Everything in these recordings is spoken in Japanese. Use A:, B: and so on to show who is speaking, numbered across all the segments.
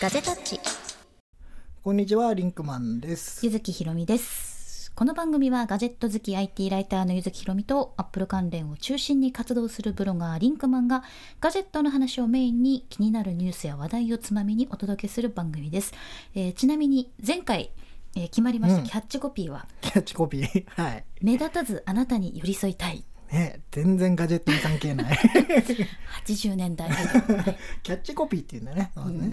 A: ガジェタッチ
B: こんにちは、リンクマンです。
A: ゆずきひろみですこの番組はガジェット好き IT ライターのゆずきひろみとアップル関連を中心に活動するブロガーリンクマンがガジェットの話をメインに気になるニュースや話題をつまみにお届けする番組です、えーちなみに前回、えー決まりました
B: うん
A: キャッチコピーは、
B: キャッチコピー。はい。
A: 目立たずあなたに寄り添いたい
B: ね、全然ガジェットに関 係ない。
A: 80年代アイドルはい
B: キャッチコピーって言うんだね。 まずね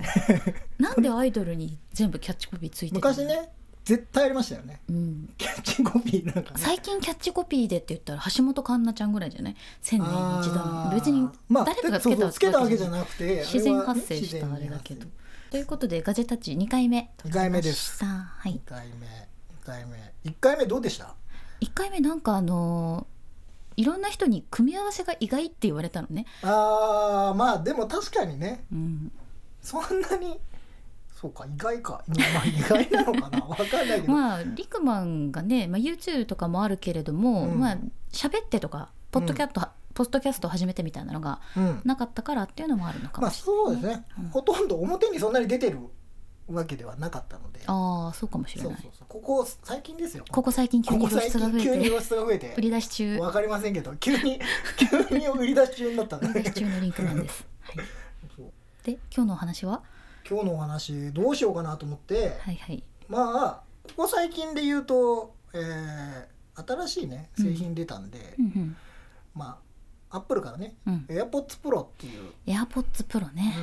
A: なんでアイドルに全部キャッチコピーついてたの
B: 昔、ね、絶対ありましたよね。
A: うん、
B: キャッチコピーなんか、ね。
A: 最近キャッチコピーでって言ったら橋本環奈ちゃんぐらいじゃない千年に一度
B: あ
A: の
B: ー
A: 別に
B: まあ
A: 誰かがつけた
B: そうそうつけたわけじゃ
A: い
B: なくて
A: 自然発生したあ
B: はね
A: れだけど
B: 自然に発
A: ということでガジェタッチ2回目
B: 二回目です
A: 撮りましたは
B: 生
A: い
B: 一回目一回目一回目どうでした
A: 1回目なんかあのーいろんな人に組み合わせが意外って言われたのね、
B: あーまあでも確かにね
A: うん、
B: そんなにそうか意外か、まあ、意外なのかなわかんないけど、
A: まあリクマンがね、まあ、YouTube とかもあるけれども、
B: うん
A: まあ喋ってとかポッドキャット、ポッドキャストを始めてみたいなのが
B: うん、
A: なかったからっていうのもあるのかも
B: まあ
A: し
B: そうですね、
A: うん
B: ほとんど表にそんなに出てるわけではなかったので
A: れない、ああそうかもしれ
B: そ
A: な
B: う
A: い
B: そうそうここ最近ですよ
A: ここ最近急
B: こ
A: に
B: こ
A: 露
B: 最
A: 出が増
B: 近急
A: え
B: に
A: て
B: 露出が増えて
A: 売り出し中
B: わかりませんけど急 に急に売り出し中になった
A: 売り出
B: ね
A: し中のリンクなんです、はい、
B: そう
A: で今日のお話は
B: 今日のお話どうしようかなと思って、
A: はいはい
B: まあここ最近で言うと、えー新しいね製品出たんで、
A: うん
B: まあアップルからね
A: うんうん
B: AirPods Pro っていう、
A: AirPods Pro ね、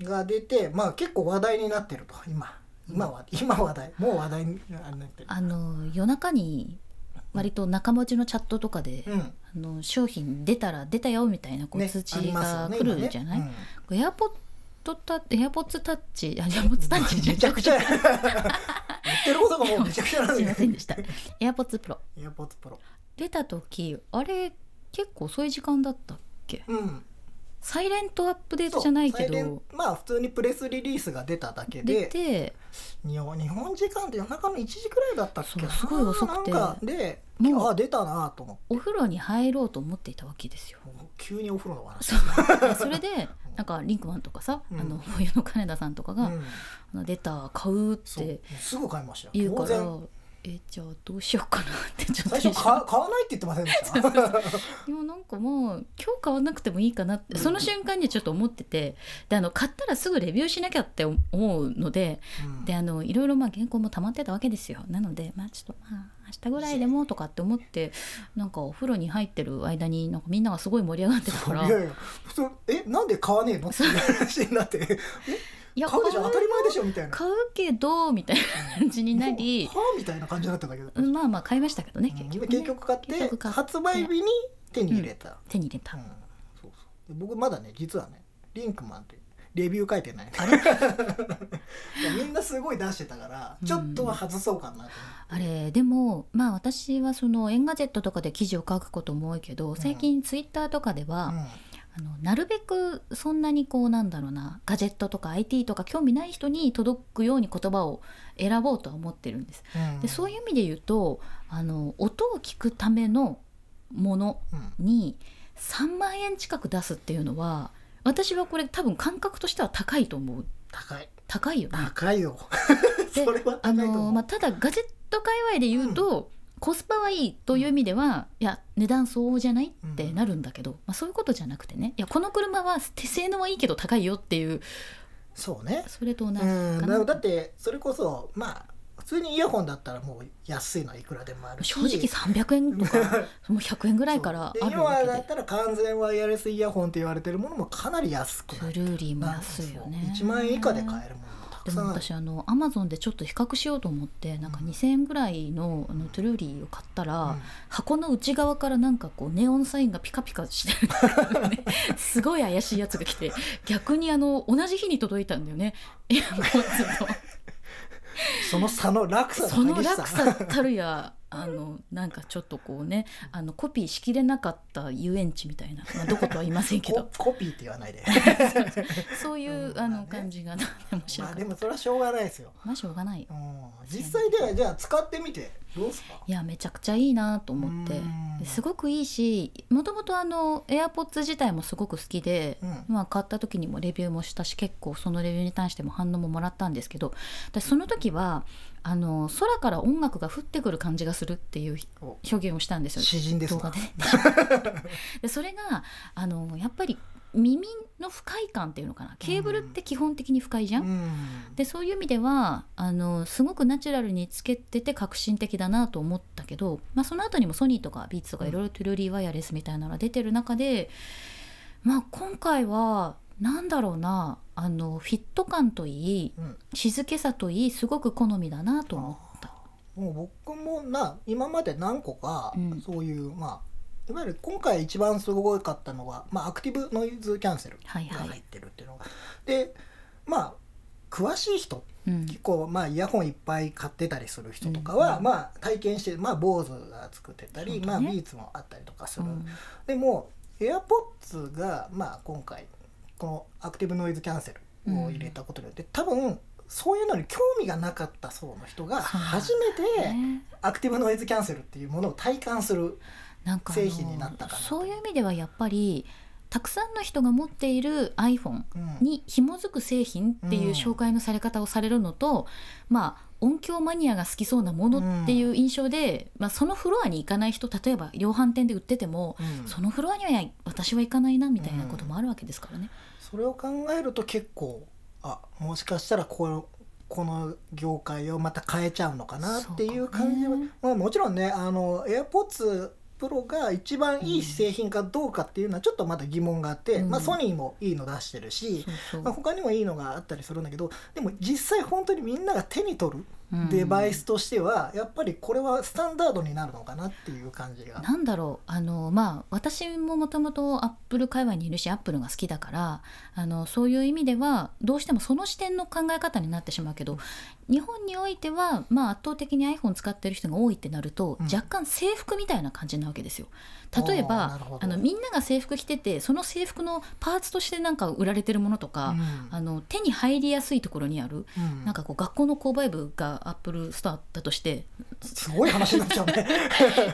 B: うんが出てまあ結構話題になってると今今は、今話題もう話題にあれなってる
A: あの夜中に割と仲間内のチャットとかで、
B: うん
A: あの商品出たら出たよみたいなこう
B: ね
A: 通知
B: ありますよ
A: が
B: ね
A: 来るじゃない、
B: 今ね
A: エアポッドタッエアポッツタッチあエアポッ
B: う
A: ツ
B: ん
A: タッチじゃ
B: めちゃくちゃ 言ってることが もうめちゃくちゃなん
A: すいませんで
B: し
A: したエアポッツプロ
B: た AirPods Pro
A: 出た時あれ結構遅い時間だったっけ
B: うん
A: サイレントアップデート
B: そう
A: じゃないけ
B: サイレン
A: ど
B: まあ普通にプレスリリースが出ただけ
A: 出
B: で
A: て
B: 日本日本時間で夜中の1時くらいだったっけ
A: そう
B: な
A: すごい遅くて
B: なんかで
A: もう
B: あ出たなと思って
A: お風呂に入ろうと思っていたわけ ですよ。
B: もう急にお風呂の話
A: そうそれでなんかリンクマンとかさ、
B: うん
A: あの冬の金田さんとかが、
B: うん
A: あの出た買うっ
B: そう
A: て
B: すぐ買いました
A: 言
B: よ
A: う
B: 当
A: か
B: 然
A: らえじゃあどうしようかなってちょっと
B: 最初買買わないって言ってませんでした
A: いやなんかもう今日買わなくてもいいかなって、その瞬間にちょっと思っててであの買ったらすぐレビューしなきゃって思うので
B: うん
A: であのいろいろまあ原稿も溜まってたわけですよなのでまあちょっとまあ明日ぐらいでもとかって思ってなんかお風呂に入ってる間になんかみんながすごい盛り上がってたから
B: いやいや普通えなんで買わねえのっていう話になって
A: いや
B: 買うでしょ
A: 買
B: 当
A: う
B: たり前でしょみたいな
A: 買うけどみたいな感じにな り
B: はあみたいな感じになったんだけど、
A: うんまあまあ買いましたけどね
B: うん
A: 結局,、ね、
B: 結局買っ
A: 結
B: て
A: 局買って
B: 発売日に手に入れた、
A: 手に入れ
B: う
A: た、
B: んそうそうで僕まだね実はねリンクマンってレビュー書いてない いやみんなすごい出してたからちょっとは外そうかなと思って、
A: あれでもまあ私はそのエンガジェットとかで記事を書くことも多いけど最近ツイッターとかで
B: う
A: は、
B: ん
A: あのなるべくそんなにこうなんだろうなガジェットとか IT とか興味ない人に届くように言葉を選ぼうとは思ってるんです。でそう
B: い
A: いう意味で言うとあの音を聞くためのもの
B: うん、うん
A: に3万円近く出すっていうのは私はこれ多分感覚としては高いと思う
B: 高い
A: 高いよね。
B: 高いよ
A: で
B: それは高
A: あ
B: いと思う、
A: のまあ、ただガジェット界隈で言うと、コスパはいいという意味では、いや値段相応じゃないってなるんだけど、まあ、そういうことじゃなくてねいやこの車は手性能はいいけど高いよっていう
B: そうね
A: それと同じか
B: うん
A: な、
B: だだってそれこそまあ普通にイヤホンだったらもう安いのはいくらでもあるし
A: 正直300円とかもう100円ぐらいから
B: そう
A: あ
B: で
A: るわ
B: 今
A: け
B: だ
A: で
B: ったら完全ワイヤレスイヤホンと言われてるものもかなり安くな
A: ブ
B: る
A: ルーリーも安いよね
B: 1万円以下で買えるものもたく
A: で
B: さ
A: も
B: んある
A: 私あのアマゾンでちょっと比較しようと思ってなんか2,000円ぐらいのあのトゥルーリーを買ったら、
B: うん
A: 箱の内側からなんかこうネオンサインがピカピカしてる っていうねすごい怪しいやつが来て逆にあの同じ日に届いたんだよねエアコンズ
B: その差の落差
A: の その
B: 激し
A: 落差たるやあのなんかちょっとこうねあのコピーしきれなかった遊園地みたいな、まあ、どことは言いませんけ
B: コ
A: ど
B: コピーって言わないで
A: そういう、
B: うん
A: あ
B: まあ
A: の
B: ね
A: 感じが 面白
B: まあ
A: かっ
B: で
A: た
B: もそれはしょうがないですよ、
A: まあしょうがない
B: うん、実際ではじゃあ使ってみてどうですか
A: いやめちゃくちゃいいなと思って
B: うん
A: すごくいいしもともとあの AirPods 自体もすごく好きで、
B: うん
A: まあ、買った時にもレビューもしたし結構そのレビューに対しても反応ももらったんですけど私その時はあの空から音楽が降ってくる感じがするっていう
B: お
A: 表現をしたんですよ
B: 詩人です
A: 動
B: か
A: 画で でそれがあのやっぱり耳の不快感っていうのかなケーブルって基本的に不快じゃん、
B: うん
A: でそういう意味ではあのすごくナチュラルにつけてて革新的だなと思ったけど、まあ、その後にもソニーとかビーツとかいろいろトゥルーリーワイヤレスみたいなのが出てる中で、まあ、今回はなんだろうなあのフィット感といい
B: うん
A: 静けさといいすごく好みだなと思った。
B: もう僕もな今まで何個か
A: うん
B: そういう、まあいわゆる今回一番すごかったのは、まあ、アクティブノイズキャンセル
A: はい
B: が
A: はい
B: 入ってるっていうのが、でまあ詳しい人
A: うん
B: 結構まあイヤホンいっぱい買ってたりする人とかは、
A: うん
B: まあ体験してまあ BOSE が作ってた
A: そ
B: り、
A: う
B: ま
A: だ
B: あ
A: ね
B: ビーツもあったりとかす
A: う
B: る、
A: ん
B: でも AirPods がまあ今回このアクティブノイズキャンセルを入れたことによって、多分そういうのに興味がなかった層の人が
A: そうなんだ
B: 初めて
A: ね
B: アクティブノイズキャンセルっていうものを体感する
A: なんかあの
B: 製品になったかなと
A: そういう意味ではやっぱりたくさんの人が持っている iPhone
B: うん
A: に紐づく製品っていう紹介のされ方をされるのと、まあ音響マニアが好きそうなものっていう印象で、まあ、そのフロアに行かない人例えば量販店で売ってても、
B: うん
A: そのフロアには私は行かないなみたいなこともあるわけですからね。
B: それを考えると結構あもしかしたらこのこの業界をまた変えちゃうのかなっていう感じは、
A: そうかね
B: まあ、もちろんねあの AirPods プロが一番いい製品かどうかっていうのはちょっとまだ疑問があって、
A: うん
B: まあ、ソニーもいいの出してるし、
A: そう
B: ま
A: そ
B: あ、
A: う
B: 他にもいいのがあったりするんだけどでも実際本当にみんなが手に取る
A: うん
B: デバイスとしては、やっぱりこれはスタンダードになるのかなっていう感じが。
A: なんだろうあのまあ私ももともとアップル界隈にいるしアップルが好きだからあのそういう意味ではどうしてもその視点の考え方になってしまうけど日本においては、まあ、圧倒的に iPhone 使ってる人が多いってなると、
B: うん
A: 若干制服みたいな感じなわけですよ。例え
B: あーな
A: ば
B: るほど
A: あのみんなが制服着ててその制服のパーツとしてなんか売られてるものとか、あの手に入りやすいところにある、
B: うん
A: なんかこう学校の購買部がアップルストアだとして
B: すごい話になっちゃうね。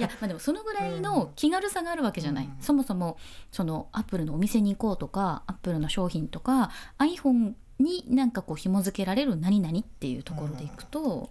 A: いやまあでもそのぐらいの気軽さがあるわけじゃない、
B: うん
A: そもそもそのアップルのお店に行こうとかアップルの商品とか iPhone になんかこう紐付けられる何々っていうところでいくと、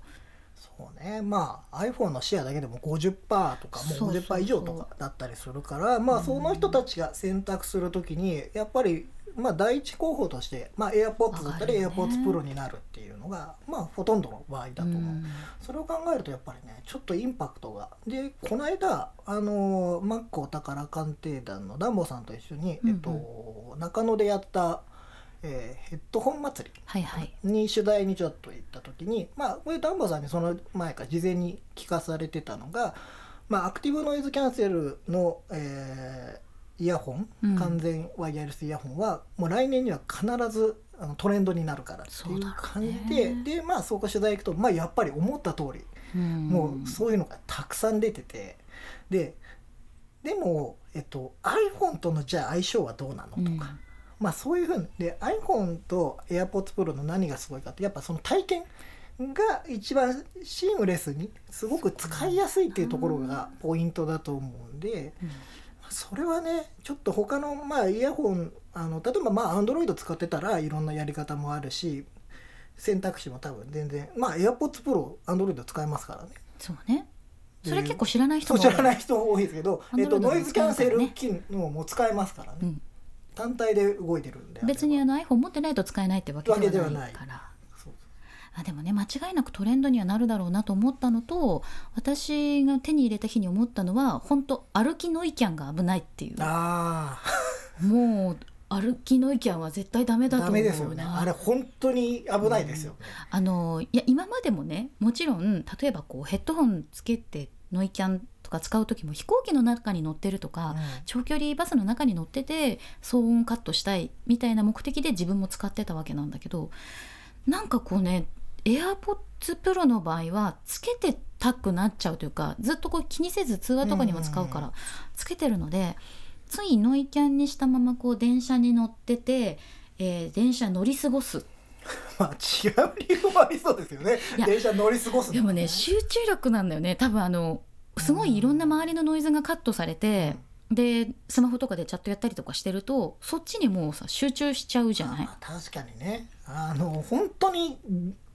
B: そうねまあ iPhone のシェアだけでも50%とか
A: そ
B: も
A: う
B: う
A: そうそう
B: 50%以上とかだったりするからまあその人たちが選択するときにやっぱりまあ第一候補として、まあ、AirPods だったり
A: 上がるよね
B: AirPodsPro になるっていうのが、まあほとんどの場合だと
A: う
B: 思う、
A: ん
B: それを考えるとやっぱりねちょっとインパクトがでこの間あのマックお宝鑑定団のダンボさんと一緒に、
A: うんうん
B: えっと、中野でやった、えーヘッドホン祭り
A: はいはい。
B: に取材にちょっと行った時にまあこれ丹波さんにその前から事前に聞かされてたのが、まあ、アクティブノイズキャンセルの、えーイヤホン、
A: うん
B: 完全ワイヤレスイヤホンはもう来年には必ずあのトレンドになるからって
A: そ
B: いうう
A: だろう
B: 感
A: ね
B: じで、でまあそこ取材行くと、まあ、やっぱり思った通りもうそういうのがたくさん出ててででも、えっと、iPhone とのじゃあ相性はどうなのと
A: う
B: か。
A: ん
B: まあそういうふうにで iPhone と AirPods Pro の何がすごいかってやっぱその体験が一番シームレスにすごく使いやすいっていうところがポイントだと思うんで
A: うん
B: それはねちょっと他のまあイヤホンあの例えばまあ Android 使ってたらいろんなやり方もあるし選択肢も多分全然まあ AirPods Pro Android 使えますからね
A: そうね
B: で
A: それ結構知らない人
B: そう
A: も
B: 知らない人多いですけど、えっ
A: Android
B: と、
A: も使えますからね
B: ノイズキャンセル機能も使えますから
A: う
B: ね
A: ん、
B: 単体で動いてるんで
A: 別にあの iPhone 持ってないと使えないってわけではない
B: わけ
A: か
B: では
A: ら。
B: そう
A: あでもね間違いなくトレンドにはなるだろうなと思ったのと私が手に入れた日に思ったのは本当歩きノイキャンが危ないっていう
B: ああ
A: もう歩きノイキャンは絶対ダメだと
B: ダ
A: 思う
B: メ
A: な
B: ですよねあれ本当に危ないですよね、
A: あのいや今までもねもちろん例えばこうヘッドホンつけてノイキャンとか使う時も飛行機の中に乗ってるとか、長距離バスの中に乗ってて騒音をカットしたいみたいな目的で自分も使ってたわけなんだけどなんかこうね AirPods Pro の場合はつけてたくなっちゃうというかずっとこう気にせず通話とかにも使うか
B: う
A: らつけてるのでついノイキャンにしたままこう電車に乗ってて、えー電車乗り過ごす
B: まあ違う理由もありそうですよね
A: いや
B: 電車乗り過ごすの
A: でもね集中力なんだよね多分あのすごいいろんな周りのノイズがカットされて、でスマホとかでチャットやったりとかしてるとそっちにもうさ集中しちゃうじゃない
B: あ確かにねあの本当に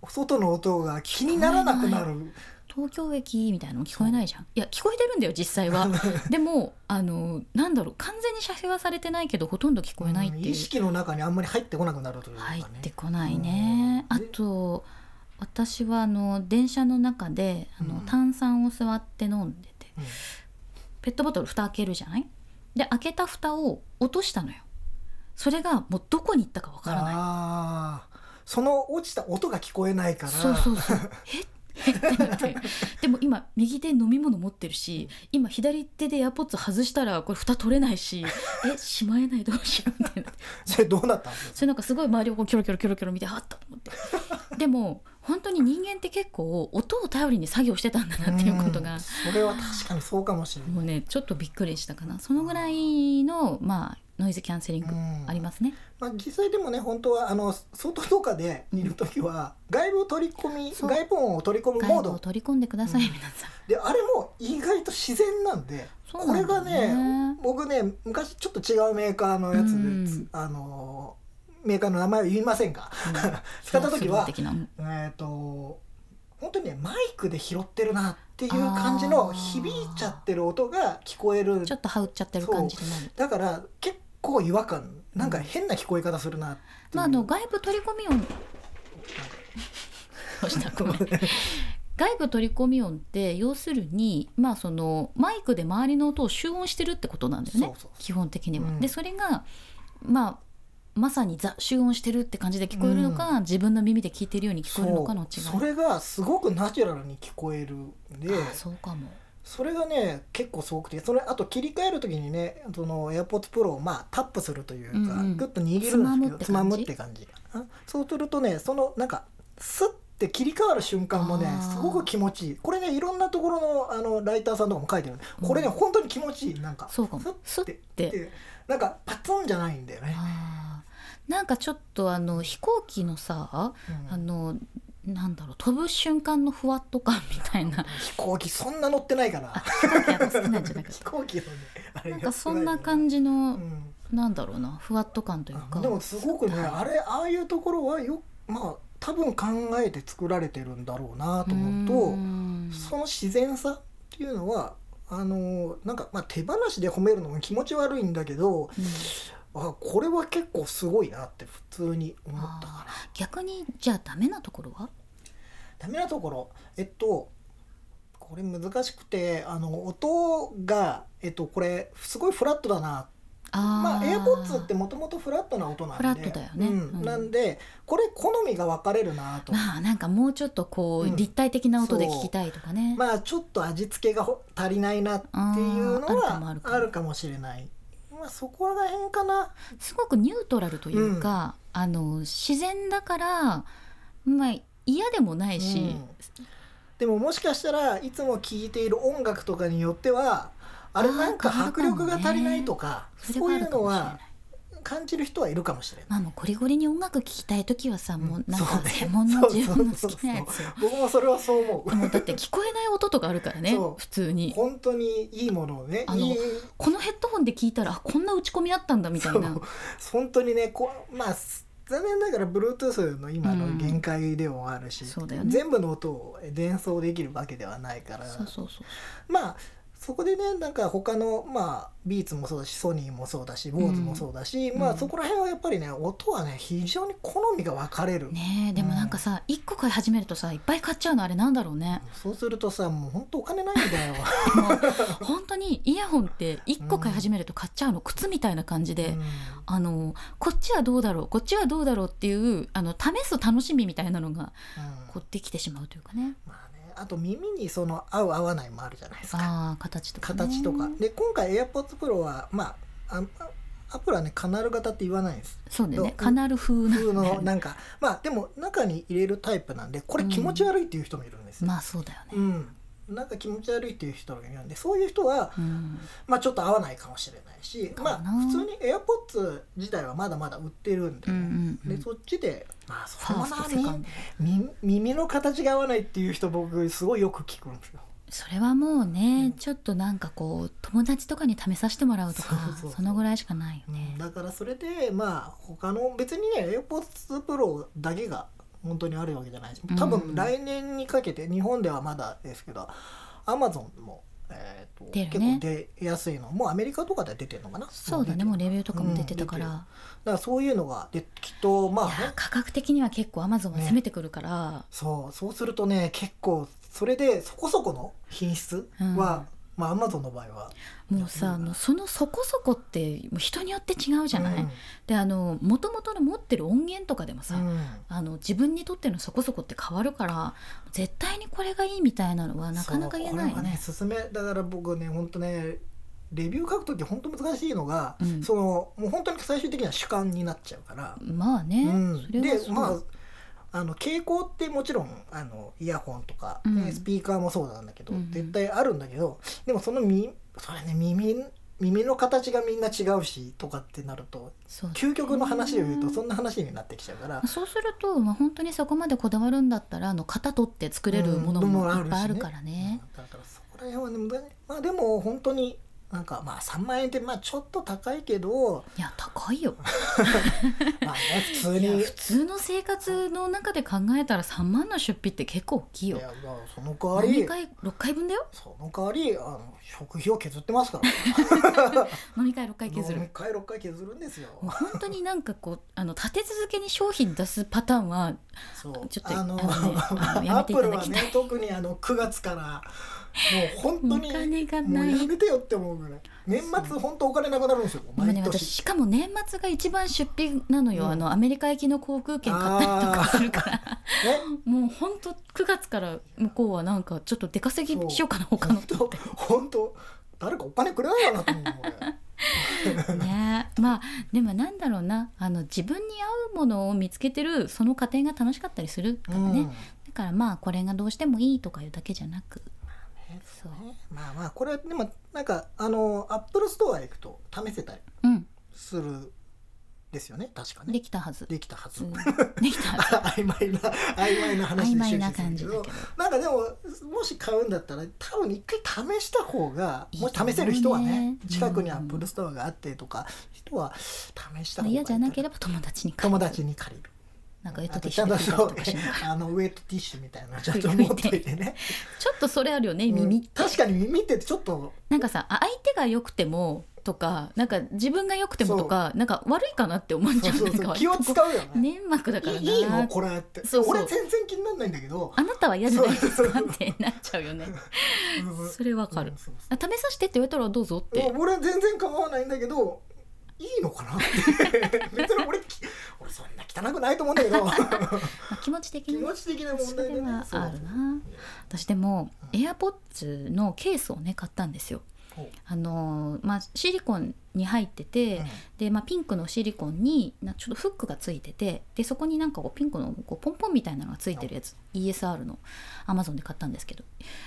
B: 外の音が気にならなくなる
A: 東京駅みたいなのも聞こえないじゃんいや聞こえてるんだよ実際 はでもあのなんだろう完全に遮蔽はされてないけどほとんど聞こえないって
B: うん
A: いう、
B: 意識の中にあんまり入ってこなくなるというかね
A: 入ってこないね、
B: うん
A: あと私はあの電車の中であの、
B: うん
A: 炭酸を座って飲んでて
B: うん
A: ペットボトル蓋開けるじゃないで開けた蓋を落としたのよそれがもうどこに行ったかわからない
B: あーその落ちた音が聞こえないから
A: そうそうそう えっってなってでも今右手飲み物持ってるし今左手でエアポッツ外したらこれ蓋取れないしえしまえないどうしようみたいな
B: それどうなったんですか
A: それなんかすごい周りをこうキョロキョロキョロキョロ見てあったと思 ってでも本当に人間って結構音を頼りに作業してたんだなっていうことが
B: んそれは確かにそうかもしれない
A: もうねちょっとびっくりしたかなそのぐらいのまあノイズキャンセリング
B: うん
A: ありますね、
B: まあ、実際でもね本当はあの外とかでいる時は、外部を取り込み
A: そう
B: 外部音を取り込むモー
A: 外部を
B: ド
A: 取り込んでください、
B: うん
A: 皆さん
B: であれも意外と自然なんで
A: そうなんだよ
B: これがね僕ね昔ちょっと違うメーカーのやつで、
A: うん
B: つあのメーカーの名前は言いませんが、使った
A: スロ
B: 時は
A: ースルー的なうん
B: えー、と本当にねマイクで拾ってるなっていう感じ
A: あ
B: の
A: ー
B: 響いちゃってる音が聞こえる
A: ちょっと羽打っちゃってる感じになる
B: だから結構違和感なんか変な聞こえ方するなっていう
A: まああの外部取り込み 音どうしたごめん外部取り込み音って要するにまあそのマイクで周りの音を集音してるってことなんだよね
B: そうそうそう
A: 基本的には。
B: うん
A: でそれがまあまさにザ集音してるって感じで聞こえるのか、自分の耳で聞いてるように聞こえるのかの違
B: そう
A: い。
B: それがすごくナチュラルに聞こえるんで
A: あそうかも。
B: それがね結構すごくてそれあと切り替える時にねその AirPods Pro をまあタップするというか、
A: うんうん
B: グッと握るんですけど
A: つ
B: つ
A: ま
B: ま
A: む
B: む
A: っ
B: ってて感じあそうするとねそのなんかスッて切り替わる瞬間もね
A: あー
B: すごく気持ちいいこれねいろんなところのあのライターさんとかも書いてるんでこれね、
A: うん
B: 本当に気持ちいいなんか
A: そうかも
B: スッ。
A: すって
B: て。てなんかパツンじゃないんだよね、
A: あーなんかちょっとあの飛行機のさ、
B: うん
A: あのなんだろう飛ぶ瞬間のふわっと感みたい な
B: 飛行機そんな乗ってないから
A: 飛行機あんま好きなんじゃなく
B: 飛行機のねあ
A: て
B: れ
A: なん
B: や
A: か
B: って
A: そんない
B: から
A: 感じの、
B: うん
A: なんだろうなふわっと感というか
B: でもすごくね
A: はい
B: あれああいうところはよまあ多分考えて作られてるんだろうなと思
A: うー
B: うんとその自然さっていうのはあのなんかまあ手放しで褒めるのも気持ち悪いんだけど
A: うん
B: あこれは結構すごいなって普通に思ったかな。
A: 逆にじゃあダメなところは
B: ダメなところえっとこれ難しくてあの音がえっとこれすごいフラットだなっ
A: あ
B: まあ、
A: ー
B: AirPods ってもともとフラットな音なん
A: フ
B: で
A: ラットだよね
B: うん
A: うん
B: なんでこれ好みが分かれるなと、
A: まあなんかもうちょっとこう、
B: うん
A: 立体的な音で聞きたいとかね、
B: まあちょっと味付けがほ足りないなっていうの
A: あーあ
B: は
A: るかもあるかも
B: あるかもしれないまあそこら辺かな
A: すごくニュートラルというか、あの自然だからまあ嫌でもないし、
B: うんでももしかしたらいつも聴いている音楽とかによってはあれ
A: あー
B: なんか迫力が足りないとか
A: それ
B: そう
A: はあ
B: い
A: る
B: う
A: かも
B: の
A: しれない
B: は。感じる人はいるかもしれない。
A: まあもうゴリゴリに音楽聴きたい時はさ、もうなん
B: そう
A: か
B: ね
A: 専門の自分の好きなや
B: そう
A: つ
B: そう
A: よ
B: そう僕もそれはそう思う
A: もうだって聞こえない音とかあるからね
B: そう
A: 普通に
B: 本当にいいものをね
A: あの
B: いい
A: このヘッドホンで聞いたらあこんな打ち込みあったんだみたいな
B: そう本当にねこうまあす残念ながら Bluetooth の今
A: う
B: の
A: ん
B: 限界でもあるし、
A: そうだよね
B: 全部の音を伝送できるわけではないから
A: そうそうそう
B: まあそこでねなんか他のまあビーツもそうだしソニーもそうだし BOSE もそうだし、
A: うん
B: ま
A: う
B: あ
A: ん
B: そこら辺はやっぱりね音はね非常に好みが分かれる、
A: ねえでもなんかさ、一個買い始めるとさいっぱい買っちゃうのあれなんだろうね
B: そうするとさもう本当お金ない んだよ、
A: でも本当にイヤホンって一個買い始めると買っちゃうの靴みたいな感じで、
B: うん
A: あのこっちはどうだろうこっちはどうだろうっていうあの試す楽しみみたいなのが
B: うん
A: こうできてしまうというかね
B: まあねあと耳にその合う合わないもあるじゃないですか
A: あー形とか、ね、
B: 形とかで今回 AirPods Pro はまああアップルはねカナル型って言わないんです
A: そうだよね
B: どう
A: カナル風な
B: 風 のなんかまあでも中に入れるタイプなんでこれ気持ち悪いっていう人もいるんですよ、
A: まあそうだよね
B: うんなんか気持ち悪いっていう人がいるんでそういう人は、
A: うん
B: まあ、ちょっと合わないかもしれないし
A: かな
B: まあ普通に AirPods 自体はまだまだ売ってるん
A: う
B: で,、
A: んうんうん
B: でそっちでまあそ
A: フ
B: れ
A: ァー
B: も
A: ス
B: な
A: トセカンド
B: 耳耳の形が合わないっていう人僕すごいよく聞くんですよ。
A: それはもうね、
B: うん
A: ちょっとなんかこう友達とかに試させてもらうとか
B: そう
A: そ
B: そうそう
A: のぐらいしかないよね、
B: だからそれでまあ他の別にね AirPods Pro だけが本当にあるわけじゃないし多
A: う
B: 分
A: ん
B: 来年にかけて日本ではまだですけど Amazon も、えーと
A: 出る
B: 結
A: ね
B: 構出やすいのもうアメリカとかでは出てるのかな
A: そうだねも
B: も
A: う
B: 出て
A: レ
B: る
A: ビューとかも出てたから、
B: うん出だからそういうのができっとまあ
A: いや
B: ね
A: 価格的には結構アマゾンは
B: ね
A: 攻めてくるから、
B: そうそうするとね結構それでそこそこの品質は、まあ Amazon の場合は
A: もうさあのそのそこそこってもう人によって違うじゃない、
B: うん
A: であの元々の持ってる音源とかでもさ、
B: うん
A: あの自分にとってのそこそこって変わるから絶対にこれがいいみたいなのはなかなか言えない
B: そうこれは
A: ね
B: ね勧めだから僕ね本当ねレビュー書くとき本当難しいのが、
A: うん
B: そのもう本当に最終的には主観になっちゃうから、
A: まあね、
B: うん
A: それは
B: で
A: そう、
B: まああの傾向ってもちろんあのイヤホンとか、
A: うん
B: ねスピーカーもそうなんだけど、
A: うんうん
B: 絶対あるんだけどでもその耳それね耳耳の形がみんな違うしとかってなると
A: そう
B: 究極の話を言う
A: う
B: と
A: ん
B: そんな話になってきちゃうから、
A: そうすると、まあ、本当にそこまでこだわるんだったらあの型取って作れるもの
B: うん
A: も
B: も
A: いっぱいあ
B: し
A: るからね。
B: うんだからそこら辺はね無駄にまあでも本当になんかまあ3万円ってまあちょっと高いけ ど
A: いや高いよ
B: まあね普通
A: い
B: に
A: や
B: い
A: 普通の生活の中で考えたら3万の出費って結構大きいよ。
B: やまあその代わ
A: 何
B: り
A: 回6回分だよ
B: その代わりあの食費を削ってますから
A: 飲み会6回削
B: もう
A: る
B: 一。回6回削るんですよ
A: もう本当になんかこうあの立て続けに商品出すパターンは
B: そう
A: ちょっと
B: あの
A: あのねあ のや
B: ア
A: め
B: ッ
A: てい
B: プ
A: た
B: ル
A: だ
B: は
A: き
B: ね
A: たい
B: 特にあの9月からもう本
A: お
B: 当に
A: 金が
B: も
A: な
B: う
A: い
B: やめてよって思うぐらい年末本当お金なくなるんですよ
A: 今
B: 毎
A: ね私
B: 年。
A: しかも年末が一番出費なのよ、
B: うん
A: あのアメリカ行きの航空券買ったりとかするから
B: あーね
A: もう本当9月から向こうはなんかちょっと出稼ぎしようかな他のと
B: 本
A: って
B: 当本当誰かお金くれないかなと思う俺
A: ねまあでもなんだろうなあの自分に合うものを見つけてるその過程が楽しかったりするから ね、
B: うん
A: だからまあこれがどうしてもいいとかいうだけじゃなくそう
B: まあまあこれでもなんかあのアップルストア行くと試せたり
A: うん
B: するですよね確かね
A: できたはず、
B: できたはず、
A: うん
B: 曖
A: できたはず
B: 昧な曖昧な 話
A: 曖昧
B: で終
A: な
B: 始する
A: 感
B: け
A: じだけ
B: ど
A: ど
B: なんかでももし買うんだったら多分一回試した方が
A: いい
B: も
A: と
B: し
A: 思うね
B: 試せる人はね
A: うん
B: 近くにアップルストアがあってとか人は試した方がいい
A: 嫌じゃなけれ
B: ば
A: ば友達に
B: 友達に借りる
A: なんかウェッ
B: あ
A: トテ
B: と
A: ィッ
B: ち
A: シ
B: ゃ
A: ュで
B: ん
A: 拭いたりと
B: とそう
A: かしながら
B: あのウェットティッシュみたいな のちょっと持っといてね
A: ちょっとそれあるよね
B: うん
A: 耳
B: 確かに耳ってちょっと
A: なんかさあ相手が良くてもとかなんか自分が良くてもとかなんか悪いかなって思っち
B: そ
A: ゃ
B: う
A: う
B: そう
A: なん
B: そう
A: か
B: 気を使うよね
A: 粘膜だから
B: いいいの
A: な
B: これって
A: そうそう
B: 俺全然気にならないんだけど
A: あなたは嫌じ ゃないですか
B: そう
A: ってなっちゃうよね
B: うん
A: それわかる
B: うんそうそ
A: あ試させてって言われたらどうぞっ
B: う
A: て
B: 俺は全然構わないんだけどいいのかなって 別に俺き俺そんな汚くないと思うんだけど
A: まあ気持ち的
B: 気
A: にね
B: 持ち的な問
A: それ
B: 題でね
A: はある
B: そう
A: な私でも
B: うん
A: AirPods のケースをね買ったんですよ
B: ほう
A: あのーまあシリコンに入ってて、
B: うん
A: で、まあ、ピンクのシリコンになちょっとフックがついててでそこになんかこうピンクのこうポンポンみたいなのがついてるやつ ESR の Amazon で買ったんですけど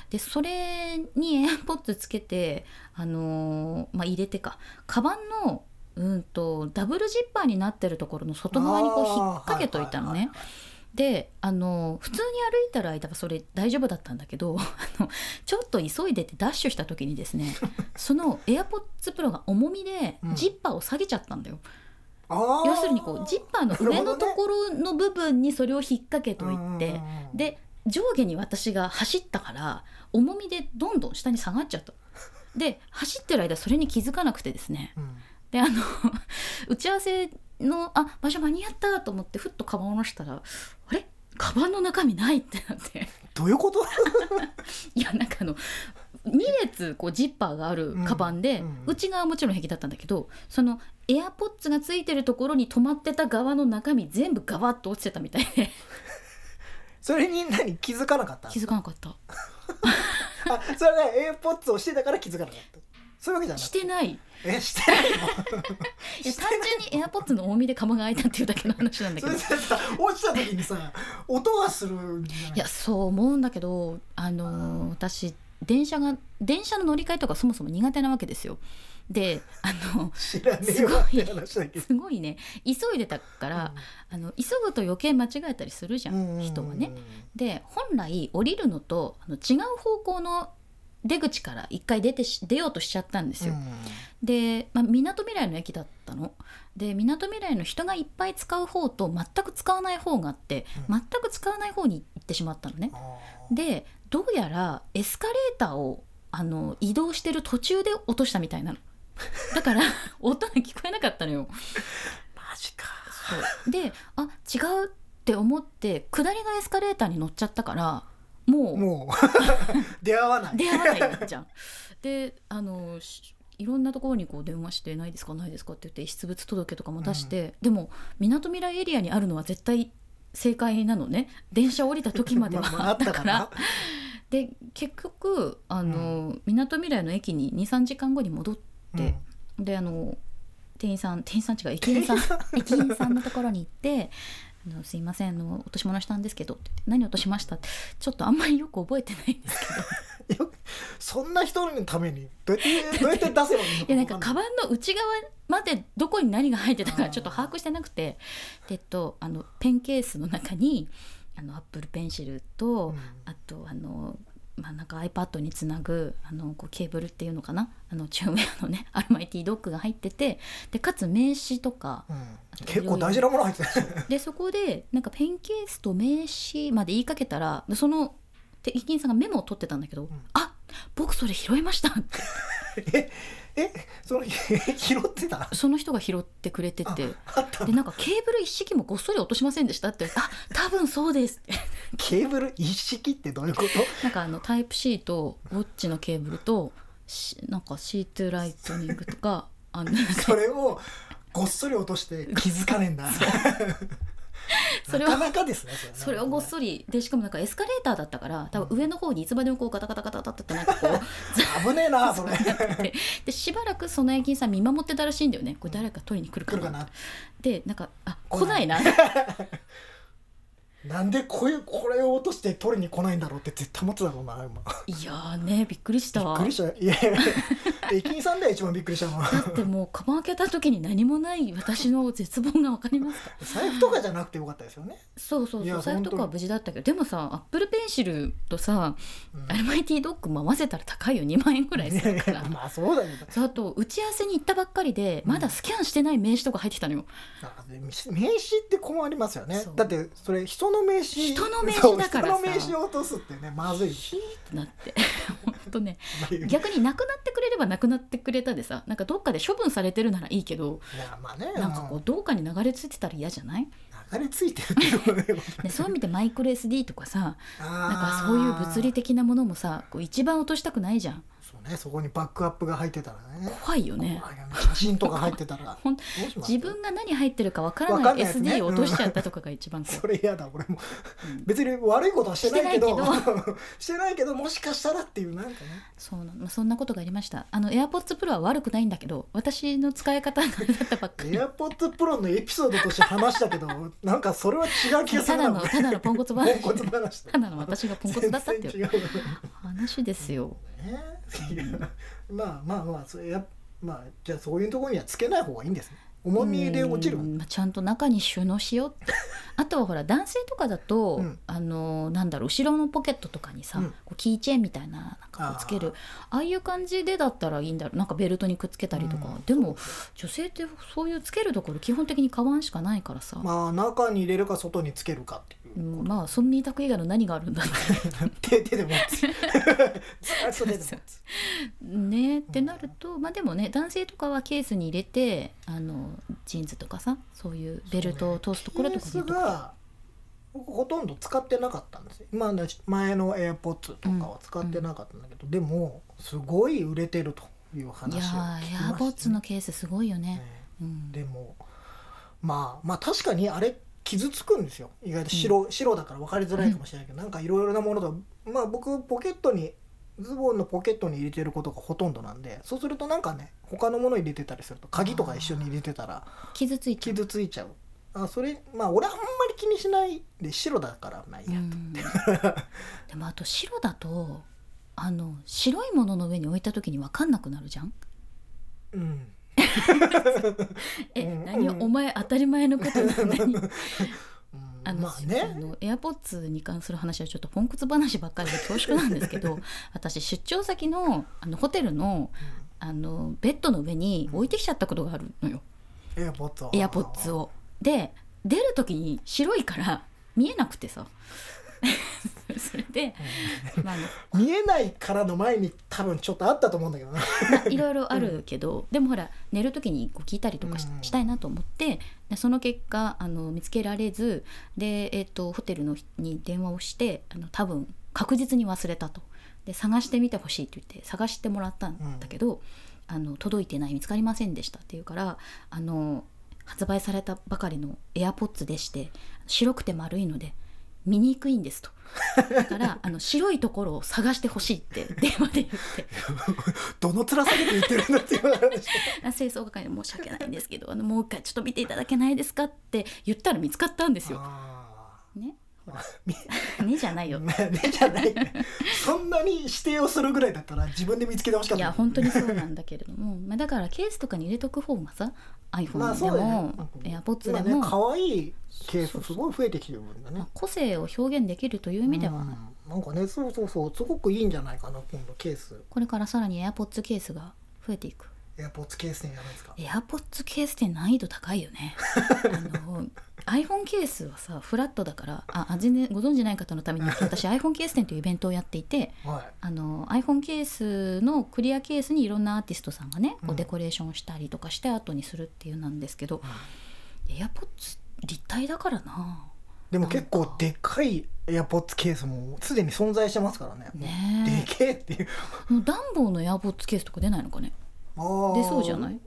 A: でそれに AirPods つけて、あのーまあ、入れてかカバンのうんとダブルジッパーになってるところの外側にこう引っ掛けといたのね。
B: あーはいはいはい
A: であの普通に歩いてる間はそれ大丈夫だったんだけど あのちょっと急いでてダッシュした時にです ねその AirPods Pro が重みで
B: うん
A: ジッパーを下げちゃったんだよ、
B: あー
A: 要するにこうジッパーの上のところの部分にそれを引っ掛けといて、
B: うんうんうん
A: で上下に私が走ったから重みでどんどん下に下がっちゃった。で走ってる間それに気づかなくてですね
B: うん
A: であの 打ち合わせのあ場所間に合ったと思ってふっとカバンを下ろしたらあれカバンの中身ないってなって
B: どういうこと
A: いやなんかあの2列こうジッパーがあるカバンで、
B: うんうん
A: 内側はもちろん壁だったんだけどそのエアポッツがついてるところに止まってた側の中身全部ガバッと落ちてたみたいで
B: それに何気づかなかった
A: 気づかなかった
B: あそれはね AirPods をしてたから気づかなかったそういうわけじゃなく
A: して ないい
B: えしてないの
A: や
B: して
A: 単
B: ない
A: 純にエアポッツの重みで釜が開いたっていうだけの話なんだけど
B: それでさ落ちた時にさ音がするんじゃない
A: いやそう思うんだけどあのー私電車が電車の乗り換えとかそもそも苦手なわけですよ。であ の
B: 知らねえわっ
A: すごい
B: て話だけど
A: すごいね急いでたから、あの急ぐと余計間違えたりするじゃん、人はね。で本来降りるのとあの違う方向の出口から一回出てし出ようとしちゃったんですよ。で、まあ、港未来の駅だったの。で港未来の人がいっぱい使う方と全く使わない方があって、
B: うん
A: 全く使わない方に行ってしまったのね。でどうやらエスカレーターをあの移動してる途中で落としたみたいなの。だから 音が聞こえなかったのよ。
B: マジか
A: そうであ違うって思って下りのエスカレーターに乗っちゃったからもう
B: もう 出会わない
A: 出会わないじゃん。であのしいろんなところにこう電話して「ないですかないですか」って言って遺失物届とかも出して、でもみなとみらいエリアにあるのは絶対正解なのね電車降りた時までは、
B: まああった
A: だ
B: か
A: か
B: な
A: らで結局あの、みなとみらいの駅に23時間後に戻って、であの店員さん店員さん違う駅員さん駅員さんのところに行って「あのすいませんあの落とし物したんですけど」って言って「何落としました?」ってちょっとあんまりよく覚えてないんですけど
B: うんよそんな人のためにどうやってどうやって出せばいいの
A: い
B: か
A: や
B: わ
A: なんか
B: か
A: カ
B: ん
A: バンの内側までどこに何が入ってた
B: あ
A: か
B: ー
A: ちょっと把握してなくてでえっとあのペンケースの中に あのアップルペンシルと、
B: うん
A: あとあのまあなんか iPad につなぐあのこうケーブルっていうのかなあのチューンウェアのねア ルマイティドッグが入っててでかつ名刺とか
B: うん結構大事なもの入ってる
A: でそこでなんかペンケースと名刺まで言いかけたらその駅員さんがメモを取ってたんだけど「あ僕それ拾いました」って
B: ええその拾ってた
A: その人が拾ってくれてて。
B: あった
A: でなんかケーブル一式もごっそり落としませんでしたって「あ多分そうです」って
B: ケーブル一式ってどういうこと
A: なんかあのタイプ C とウォッチのケーブルとしなんか C2 ライトニングとか あのなんか
B: それをごっそり落として気づかねえんだ
A: それを
B: なかなかですねそれ
A: そ
B: は
A: れをごっそりでしかもなんかエスカレーターだったから多分上の方にいつまでもこうガタガタガタガタってなんか こう
B: 危ねえなそれ
A: でしばらくその駅員さん見守ってたらしいんだよねこれ誰か取りに来る
B: 来
A: か
B: るか
A: な
B: な
A: でなんかあ来ないな
B: なんでこういうこれを落として取りに来ないんだろうって絶対思ってたろうな今
A: いやーねびっくりした
B: びっくりしたいやいやいや駅員さんだよ一番びっくりした のは
A: だってもうカバン開けた時に何もない私の絶望が分かります
B: 財布とかじゃなくてよかったですよね、
A: そうそう
B: い
A: そ
B: や
A: う財布とかは
B: 本当に
A: 無事だったけどでもさアップルペンシルとさ、
B: うん
A: アルマイティドッグも合わせたら高いよ2万円ぐらいする から。
B: まあそうだけど
A: そうあと打ち合わせに行ったばっかりでまだスキャンしてない名刺とか入ってきたのよ、
B: あで名刺って困りますよね
A: そう
B: だってそれ人の名刺
A: 人の名刺だからさ
B: そう人の名刺を落とすってねまずい
A: ヒーってなって 本当ね逆になくなってくれればなくなってくれたでさなんかどっかで処分されてるならいいけど
B: いやまあね
A: なんかこ
B: う
A: うどっかに流れ着いてたら嫌じゃ ない、
B: 流れついてるっていうことで
A: ね、そういう意味でマイクロ SD とかさなん
B: な
A: かそういう物理的なものもさこう一番落としたくないじゃん
B: そうねそこにバックアップが入ってたらね
A: 怖いよね
B: 怖いよね写真とか入ってたら
A: ほん
B: どうします
A: 自分が何入ってるかわからない
B: わかんないやつね
A: SD を落としちゃったとかが一 番怖い
B: それ嫌だ俺も
A: うん
B: 別に悪いことはしてないけど
A: してな
B: してないけどもしかしたらっていうなんかね
A: そうなのまあ、そんなことがありましたあの AirPods Pro は悪くないんだけど私の使い方があれだったばっかり
B: エアポッドプロのエピソードとして話したけど なんかそれは違う気がす
A: た
B: る
A: だ
B: な
A: のただのポンコツ
B: ポ
A: 話
B: ンコツ話
A: ただの私がポンコツだったっていう
B: 全然違う
A: 話ですよ
B: ねいやまあまあまあそれやまあじゃあそういうところにはつけない方がいいんですね重みで落ちる
A: う
B: もん
A: んまあ、ちゃんと中に収納しようって あとはほら男性とかだと、
B: うん
A: あのなんだろう後ろのポケットとかにさ、
B: うん
A: こうキーチェーンみたいななんかこうつけるああいう感じでだったらいいんだろうなんかベルトにくっつけたりとか、
B: うん
A: でも女性ってそういうつけるところ基本的にカバンしかないからさ、
B: まあ中に入れるか外につけるかっていううん
A: まあその二択以外の何があるんだろう
B: 手手で持 つずーっと手で持つ
A: ねってなると、まあでもね男性とかはケースに入れてあのジーンズとかさそういうベルトを通すところとか
B: ケ
A: に
B: ースが僕ほとんど使ってなかったんですよ今の前の AirPods とかは使ってなかったんだけど、でもすごい売れてるという
A: いや
B: 話を聞
A: ー
B: き
A: エ
B: ま
A: アボッ
B: した
A: ツ
B: ね
A: のケースすごいよね。
B: ね
A: うん、
B: でもまあまあ確かにあれ傷つくんですよ意外と白,、白だから分かりづらいかもしれないけど、なんかいろいろなものとまあ僕ポケットにズボンのポケットに入れてることがほとんどなんでそうするとなんかね他のもの入れてたりすると鍵とか一緒に入れてたら
A: 傷ついちゃう。
B: 傷ついちゃうあそれまあ俺あんまり気にしないで白だからまあいいや、
A: うんでもあと白だとあの白いものの上に置いた時に分かんなくなるじゃん
B: うん
A: え、
B: うん
A: 何
B: うん
A: お前当たり前のことな のに
B: うん
A: あの、
B: まあ
A: あ
B: ね
A: のエアポッツに関する話はちょっとポンコツ話ばっかりで恐縮なんですけど私出張先のあのホテルのあのベッドの上に置いてきちゃったことがあるのよ、
B: エアポッツを
A: エアポッツを。で出る時に白いから見えなくて さそれで、まああの、
B: 見えないからの前に多分ちょっとあったと思うんだけどな
A: いろいろあるけど、でもほら寝る時にこう聞いたりとかし,、
B: うん
A: たいなと思ってでその結果あの見つけられずで、えっとホテルの人に電話をしてあの多分確実に忘れたとで探してみてほしいって言って探してもらったんだけど、あの届いてない見つかりませんでしたって言うからあの発売されたばかりの AirPods でして白くて丸いので見にくいんですと。だからあの白いところを探してほしいって電話で言って
B: どの辛さで言ってるんだっていう話
A: あ清掃係に申し訳ないんですけどあのもう一回ちょっと見ていただけないですかって言ったら見つかったんですよ。
B: あ
A: ね、
B: ーみ
A: ねじゃ ないよ。
B: まあねじゃないそんなに指定をするぐらいだったら自分で見つけてほしか
A: い
B: った
A: や本当にそうなんだけれども、 まあ、だからケースとかに入れとく方がさ iPhone でも、AirPods でも、
B: 今ね可愛いケースすごい増えてきてるもんだね
A: まあ個性を表現できるという意味では、
B: うんなんかねそうそうそうすごくいいんじゃないかな今度ケース
A: これからさらに AirPods ケースが増えていく。
B: エアポッツケースにじゃないですか
A: AirPods ケースって難易度高いよ ねあの iPhone ケースはさフラットだからああ全然ご存じない方のために言うと私 iPhone ケース展というイベントをやっていて
B: は
A: あの iPhone ケースのクリアケースにいろんなアーティストさんがね、こう
B: うん
A: デコレーションしたりとかしてアートにするっていうなんですけど、AirPods 立体だからない
B: でも結構でっかいエアポッツケースもすでに存在してますからね
A: ね
B: でけえっていう
A: えもうダンボーの AirPods ケースとか出ないのかね 出
B: 出
A: そうじゃない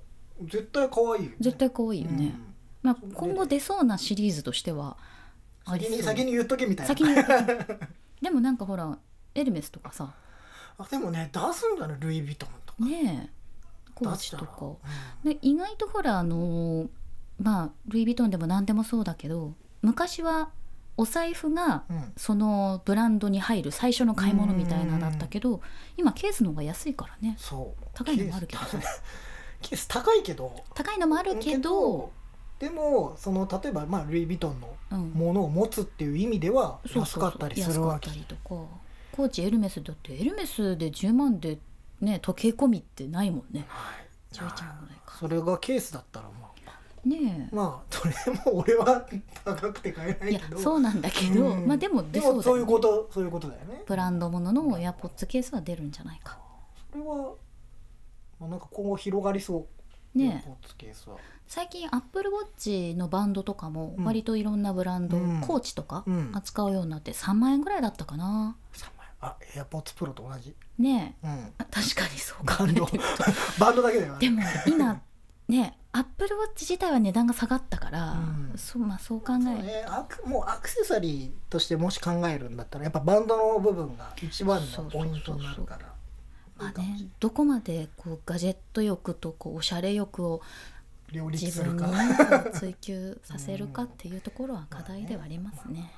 B: 絶対可愛いよね
A: 絶対可愛いよね、
B: うん
A: まあ、今後出そうなシリーズとしてはあり
B: 先
A: そう
B: に先に言っとけみたいな
A: 先に でもなんかほらエルメスとかさ
B: あでもね出すんだねルイ・ヴィトンとか
A: ねえコー
B: 出
A: チ
B: した
A: と
B: ら
A: か
B: うん
A: で意外とほらあのーまあルイ・ヴィトンでも何でもそうだけど昔はお財布が
B: うん
A: そのブランドに入る最初の買い物みたいなだったけど今ケースの方が安いからね
B: そう
A: 高いのもあるけど
B: ケースケース高いけど
A: 高いのもあるけど、
B: でもその例えばまあルイ・ヴィトンの
A: うん、
B: ものを持つっていう意味では
A: そうそ
B: 安
A: うそう
B: かったりするわけ
A: 安かったりとかコーチエルメスだってエルメスで10万でね時計込みってないもんね
B: はい
A: 11万ぐらいか
B: それがケースだったらまあ
A: ねえ
B: まあそれも俺は高くて買えないい
A: や
B: けど
A: そうなんだけど、
B: うん
A: まあでも出
B: で
A: そう
B: も
A: だ
B: そう
A: よ
B: いう
A: ね
B: ことそういうことだよね
A: ブランドもののエアポッツケースは出るんじゃないか
B: これはまあなんか今後広がりそう
A: ねえ
B: ポーツケースは
A: 最近アップルウォッチのバンドとかも
B: うん
A: 割といろんなブランド、
B: うん
A: コーチとか
B: うん
A: 扱うようになって3万円ぐらいだったかな
B: 三枚あエアポッツプロと同じ
A: ねえ
B: うん
A: あ確かにそう考えてみる
B: バンドだけだよ
A: と
B: あ れ
A: でも今ねアップルウォッチ自体は値段が下がったから、
B: うん
A: そうまあそう考え
B: そうねアクもうアクセサリーとしてもし考えるんだったらやっぱバンドの部分が一番のポイントになるから
A: まあねどこまでこうガジェット欲とこうおしゃれ欲を
B: 両立
A: 自
B: する
A: 分に
B: か
A: ね追求させるかっていうところは課題ではありますね。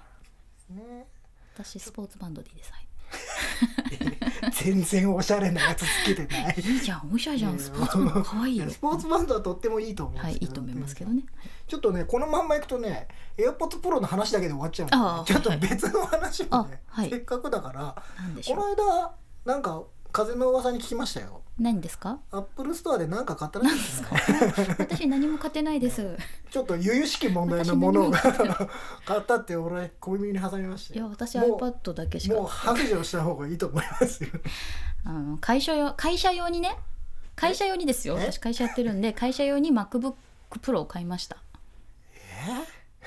B: ね
A: 私スポーツバンドでいいです。はい
B: 全然おしゃれなやつつけてない
A: いいじゃん、おしゃれじゃ、
B: うんん
A: スポーツバンド可愛いよ。
B: スポーツバンドはとってもいいと思うん
A: は
B: で
A: い、
B: す
A: い
B: け
A: い
B: ど、
A: と思いますけどね。
B: ちょっとねこのまんまいくとね AirPods Pro の話だけで終わっちゃうんで
A: ああ
B: ちょっと別の話もね、
A: あはい
B: せっかくだから
A: なんでし
B: この
A: ょう。
B: 間なんか風の噂に聞きましたよ
A: 何ですか。
B: アップルストアで何か買ったらしいです ね
A: 私何も買ってないです。
B: ちょっと由々しき問題のものを
A: 私何も
B: 買ったって俺小耳に挟みました
A: いや、
B: よ
A: 私
B: もう
A: iPad だけし
B: もう
A: か。
B: 白状した方がいいと思いま すよ
A: あの、会社用、会社用にね。会社用にですよ。
B: え
A: 私会社やってるんで、会社用に MacBook Pro を買いました。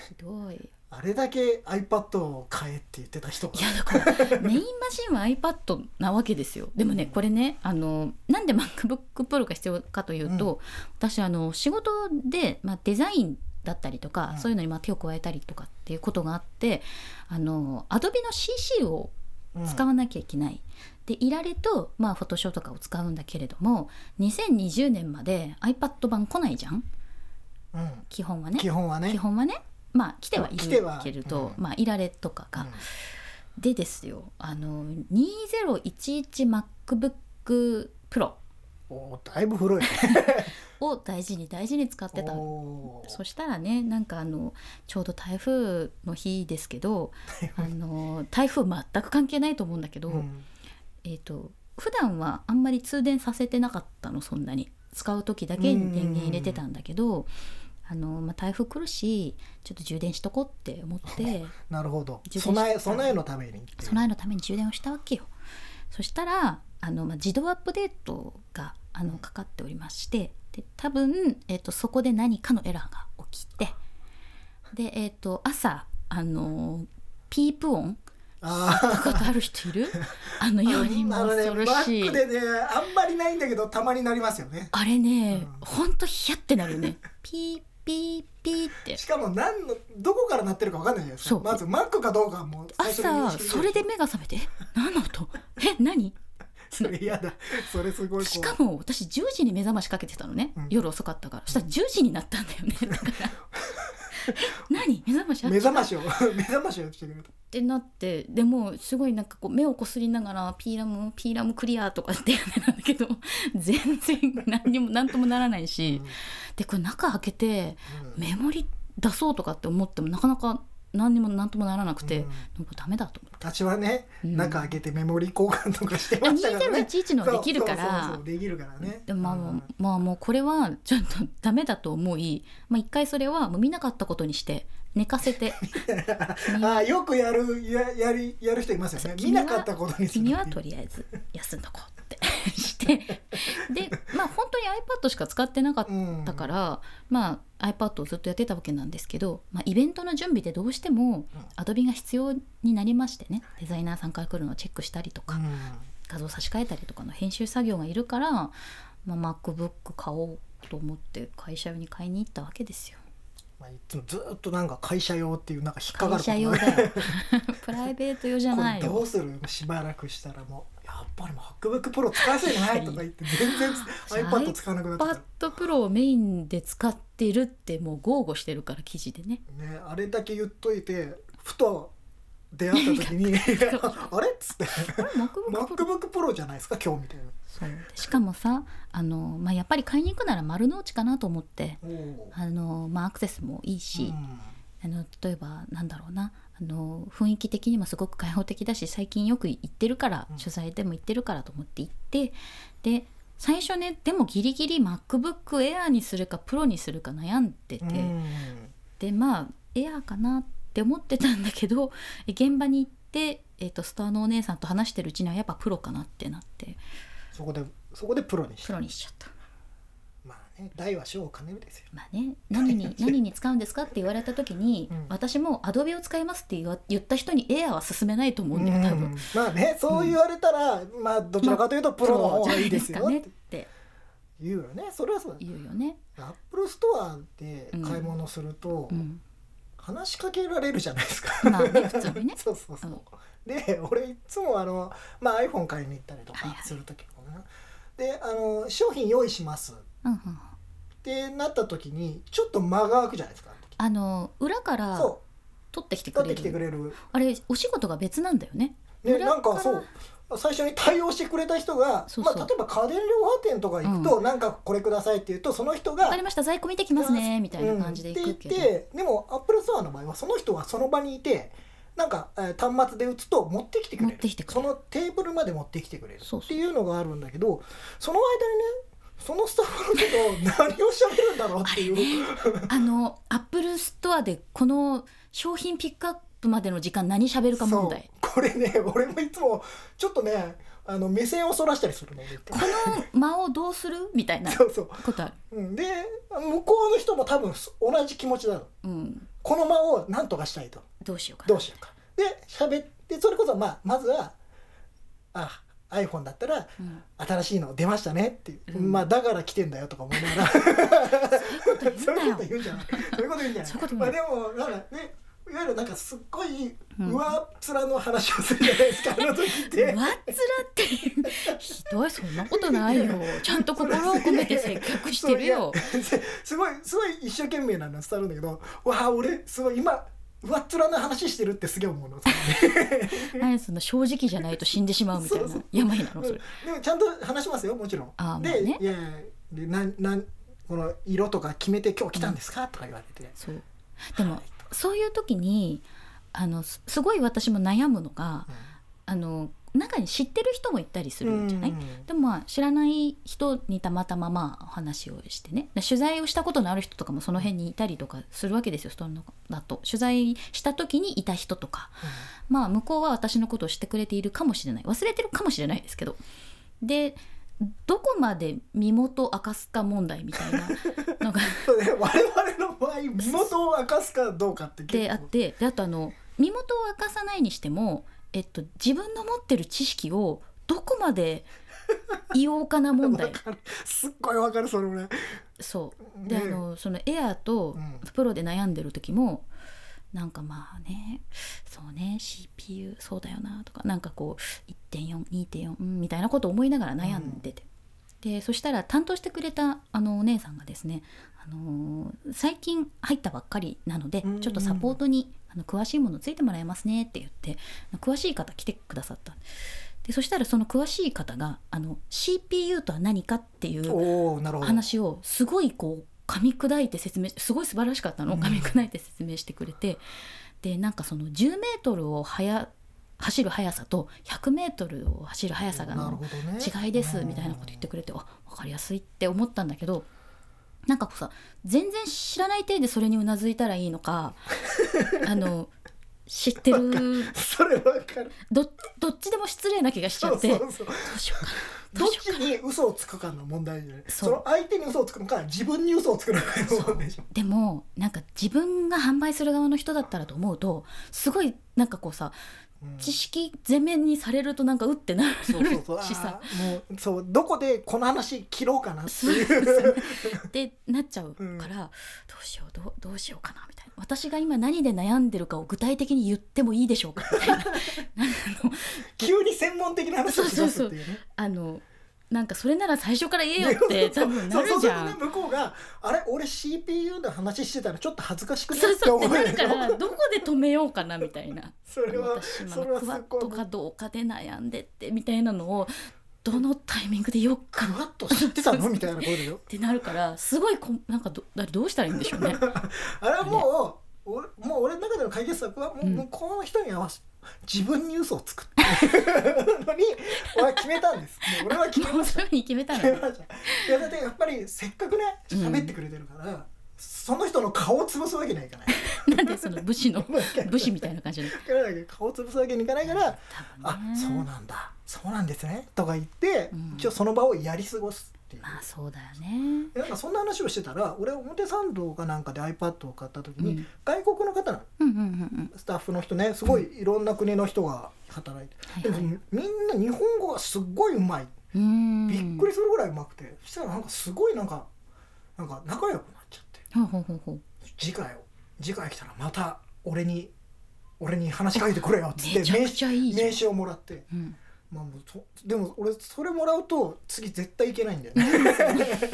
A: ひどい。
B: あれだけ iPad を買えって言ってた人が
A: いやだからメインマシンは iPad なわけですよでもねこれねあのなんで MacBookPro が必要かというと、私あの仕事で、まあ、デザインだったりとか、
B: うん
A: そういうのにまあ手を加えたりとかっていうことがあってあの Adobe の CC を
B: うん
A: 使わなきゃいけない。でいられとまあフォトショーとかを使うんだけれども2020年まで iPad 版来ないじゃん
B: うん
A: 基本はね
B: 基本はね
A: 基本はねまあ来てはい
B: 来て
A: る
B: は
A: けれど、
B: うん
A: まあいられとかが、でですよあの 2011MacBookPro
B: おーだいぶ古い
A: を大事に大事に使ってた
B: おー
A: そしたらねなんかあのちょうど台風の日ですけどあの台風全く関係ないと思うんだけど、
B: うん
A: えっ、と普段はあんまり通電させてなかったのそんなに使う時だけに電源入れてたんだけどあの、まあ、台風来るしちょっと充電しとこうって思って
B: なるほど
A: 自分
B: 備え
A: してた
B: 備えのためにっていう
A: 備えのために充電をしたわけよそしたらあの、まあ、自動アップデートがあのかかっておりましてで多分、えっとそこで何かのエラーが起きてで、えっと朝あのピープ音
B: あ
A: 聞いたことある人 いるあの
B: ー
A: よりも
B: あのね
A: 恐ろ
B: マ
A: し
B: ッ
A: い
B: ク。でねあんまりないんだけどたまになりますよね
A: あれね、
B: うん
A: ほんとヒヤってなるよ ね。ピーピーピーって。
B: しかも何のどこから鳴ってるかわかんないじゃないです
A: そ
B: か
A: う
B: まずマックかどうかはもう最初に認
A: 朝、
B: 識
A: それで目が覚めて、え何の音え、何
B: それ 嫌だそれすごい
A: し
B: こ
A: かも私10時に目覚ましかけてたのね。
B: うん
A: 夜遅かったから。そしたら10時になったんだよ ね。だから。 え、何目覚ましあ
B: う
A: っ
B: 目
A: て
B: 覚ましを 目覚ましをしてくれた
A: ってなって、でもすごいなんかこう目をこすりながら、ピーラム、ピーラムクリアとかってやってたんだけど、 全然何にも何ともならないし。で、これ中開けて、
B: うん
A: メモリ出そうとかって思ってもなかなか何にも何ともならなくて、
B: うん
A: なんかダメだと思って。
B: 立場ね
A: うん
B: 中開けてメモリ交換とかしてましたからね
A: 2011のはできるから
B: そうそうそうできるからね
A: でもまあ、
B: うん
A: まあもうこれはちょっとダメだと思い、まあ、一回それはもう見なかったことにして寝かせて
B: ああよくやるややりやる人いますよね 見
A: 君は
B: なかったことにする
A: 君はとりあえず休んどこうって してでまあ本当に iPad しか使ってなかっ
B: うん
A: たから、まあ、iPad をずっとやってたわけなんですけど、まあ、イベントの準備でどうしても Adobe が必要になりましてねデザイナーさんから来るのをチェックしたりと
B: う
A: か、
B: ん
A: 画像差し替えたりとかの編集作業がいるから、まあ、MacBook 買おうと思って会社用に買いに行ったわけですよ。
B: まあ、いつもずっとなんか会社用っていうなんか引っか
A: 会
B: かる
A: 社
B: こと
A: 用
B: が
A: だよ プライベート用じゃ
B: こ
A: な
B: れ
A: い
B: ど
A: よ
B: うするしばらくしたらもうやっぱり MacBookPro 使わせないとか言って全然 iPad 使わなくなっちゃっ
A: iPad Pro をメインで使ってるってもう豪語してるから記事で ね
B: たねあれだけ言っといてふと出会った時 にあれっつって
A: これ MacBookPro
B: MacBookPro じゃないですか今日みたいな
A: そうしかもさあの、まあ、やっぱり買いに行くなら丸の内かなと思って
B: おお
A: あの、まあ、アクセスもいいし、あの例えばなんだろうなあの雰囲気的にもすごく開放的だし最近よく行ってるから、
B: うん
A: 取材でも行ってるからと思って行ってで最初ねでもギリギリ MacBookAir にするか Pro にするか悩んでて、
B: うん
A: でまあ Air かなって思ってたんだけど え現場に行って、えっとスターのお姉さんと話してるうちにはやっぱ Pro かなってなって
B: そこでそこでプロにし
A: Pro
B: た
A: にしちゃった。
B: まあね大は小を兼ねるですよ
A: まあね、何 に何に使うんですかって言われた時に、
B: うん
A: 私も Adobe を使いますって言わ言った人に Air は勧めないと思うんだよ多分
B: う。んまあねそう言われたら、まあどちらかというとプロの方がいいですよ
A: ね
B: っ
A: ってて
B: 言うよねそれはそうだ
A: 言うよね。
B: アップルストアで買い物すると、
A: うん、
B: 話しかけられるじゃないですか。
A: まあね普通にね
B: そうそうそう
A: うん。
B: で俺いつもあの、まあ、iPhone 買いに行ったりと
A: はい
B: か
A: はい
B: する時もね、であの商品用意しますっ
A: うんうん、
B: てなった時にちょっと間が空くじゃないですか。
A: あの裏から
B: そ
A: 取ってきて
B: う
A: く
B: 取
A: れ
B: っ
A: る
B: てきてくれる。
A: あれお仕事が別なんだよね。
B: で
A: 裏
B: なん
A: か
B: からそう最初に対応してくれた人が
A: そうそう
B: まあ、例えば家電量販店とか行くと、なんかこれくださいって言うとその人
A: わ
B: が
A: かりました在庫見てきますねみたいな感じで行くけど、
B: うんって言ってでもアップルストアの場合はその人はその場にいてなんか、えー端末で打つと持ってきてくれる
A: 持ってきてくれ
B: そ
A: る
B: のテーブルまで持ってきてくれる
A: そうそう
B: っていうのがあるんだけどその間にねそのスタッフの人が何をしゃべるんだろうっていう、
A: あのアップルストアでこの商品ピックアップまでの時間何喋るか問題。
B: そうこれね俺もいつもちょっとねあの目線をそらしたりするの俺って
A: この間をどうするみたいな
B: そうそ
A: ことある。
B: ううんで向こうの人も多分同じ気持ちだろ
A: うん
B: この間を何とかしたいと
A: どうしようか
B: ど
A: な
B: う。しようかで喋ってそれこそまあまずはあ iPhone だったら
A: うん
B: 新しいの出ましたねっていう、
A: うん
B: まあだから来てんだよとか思い ながら
A: そ
B: そうう
A: い
B: いうう
A: こ
B: ことと
A: 言
B: 言うんじゃないそういうこと言うんじゃない
A: そういうこと言
B: ま
A: う
B: あでもだからねいわゆるなんかすっごい
A: うん
B: 上っ面の話をするじゃないですか、あの時 って
A: わっつらってひどいそんなことない よちゃんと心を込めて接客してるよ
B: そういやすごいすごい一生懸命なの伝わるんだけどわあ俺すごい今上っ面な話してるってすげえ思うの。
A: 何その正直じゃないと死んでしまうみたいな
B: そうそう
A: 病なのそ
B: で
A: れ。
B: もちゃんと話しますよもちろん。
A: あーまあ
B: で、
A: ね
B: いやいやでなんなんこの色とか決めて今日来たんですか、とか言われて。
A: そうでも
B: はいとか
A: そういう時にあのすすごい私も悩むのがあの中に知ってる人もいたりするんじゃない、
B: うん
A: でもまあ知らない人にたまたままあお話をしてねで取材をしたことのある人とかもその辺にいたりとかするわけですよそのだと取材した時にいた人とかまあ向こうは私のことをしてくれているかもしれない忘れてるかもしれないですけどでどこまで身元を明かすか問題みたいなのが
B: そうね我々の場合身元を明かすかどうかって結構
A: であってであとあの身元を明かさないにしても、えっと、自分の持ってる知識をどこまで言おうかな問
B: わ
A: 題
B: かるすっごいわかるそれ俺、ね、
A: そうであのそのエアーと
B: うん
A: プロで悩んでる時もなんかまあねそうね CPU そうだよなとかなんかこう1.42.4、うん、みたいなこと思いながら悩んでて、でそしたら担当してくれたあのお姉さんがですね、あのー最近入ったばっかりなので、
B: うんうん
A: ちょっとサポートにあの詳しいものついてもらえますねって言って詳しい方来てくださったでそしたらその詳しい方があの CPU とは何かっていう
B: おおなるほど
A: 話をすごいこう噛み砕いて説明しすごい素晴らしかったのを
B: うん
A: 噛み砕いて説明してくれて、でなんかその10メートルを速走る速さと100メートルを走る速さが
B: なる
A: の
B: ほどね
A: 違いですみたいなこと言ってくれて、あ分かりやすいって思ったんだけどなんかこうさ全然知らない体でそれにうなずいたらいいの かあの知ってる
B: うんそれわか る
A: どどっちでも失礼な気がしちゃ
B: そう
A: ってど
B: そうそう
A: うしようかな
B: ど
A: ど
B: っ
A: うしよう
B: ちに嘘をつくかの問題じゃない
A: そ
B: そうの相手に嘘をつくのか自分に嘘をつくのかの問題でしょ
A: でもなんか自分が販売する側の人だったらと思うとすごいなんかこうさ
B: うん
A: 知識全面にされるとなんかうってなる
B: そうそうそうあ
A: しさ
B: ーもうそうどこでこの話切ろうかなって
A: そう
B: い
A: ですよ
B: う
A: ね ってなっちゃうから、
B: うん
A: どうしようどうどうしようかなみたいな私が今何で悩んでるかを具体的に言ってもいいでしょうかみたい ななんかあの
B: 急に専門的な話をしだすっていうね
A: あのなんかそれなら最初から言えよ
B: そう
A: っ
B: そう
A: て多分な
B: そ
A: る
B: う
A: じ
B: そう
A: ゃ。
B: そうん向こうがあれ俺 CPU の話してたらちょっと恥ずかしくな
A: そう
B: いって
A: そう
B: 思
A: って
B: う
A: なる
B: でし
A: か
B: ょ
A: らどこで止めようかなみたいな。
B: それは
A: 私今
B: それは
A: の
B: す
A: クワッ
B: ごい
A: トかどうかで悩んでってみたいなのをどのタイミングでよっか
B: ふ
A: っ
B: わっと知ってたのみたいなことでしょ
A: てなるからすごいこんなんかどあれどうしたらいいんでしょうね。
B: あれはもう俺もう俺の中での解決策はもう,、
A: うん
B: もうこの人に合わせ自分に嘘をつくっていうのに俺は決めたんですもう 俺は決め
A: も
B: ま
A: う
B: し
A: そ
B: た
A: ういうふうに決めた
B: 決め
A: ら
B: ましたいやだってやっぱりせっかくね喋ってくれてるから、その人の顔を潰すわけにはいかない
A: なんでその武士の 武士みたいな感じの。
B: 彼らが顔を潰すわけにいかないから
A: 多
B: あ
A: 分ね
B: そうなんだそうなんですねとか言って、
A: うん
B: 一応その場をやり過ごすっていう、
A: まあそうだよね。
B: なんかそんな話をしてたら俺表参道かなんかで iPad を買った時に、
A: うん
B: 外国の方の
A: うんうんうん
B: スタッフの人ねすごいいろんな国の人が働いて、
A: はい
B: で
A: は
B: も
A: い
B: みんな日本語がすっごいうまい
A: うん。
B: びっくりするぐらいうまくてそしたらなんかすごいなんかなんか仲良くなっちゃって
A: ほうほうほうほう。
B: 次回を次回来たらまた俺に俺に話しかけてくれよっつって
A: めちゃくちゃいい
B: 名
A: じゃん
B: 名刺をもらって。
A: うん。
B: まあ、もうそでも俺それもらうと次絶対行けないんだ よね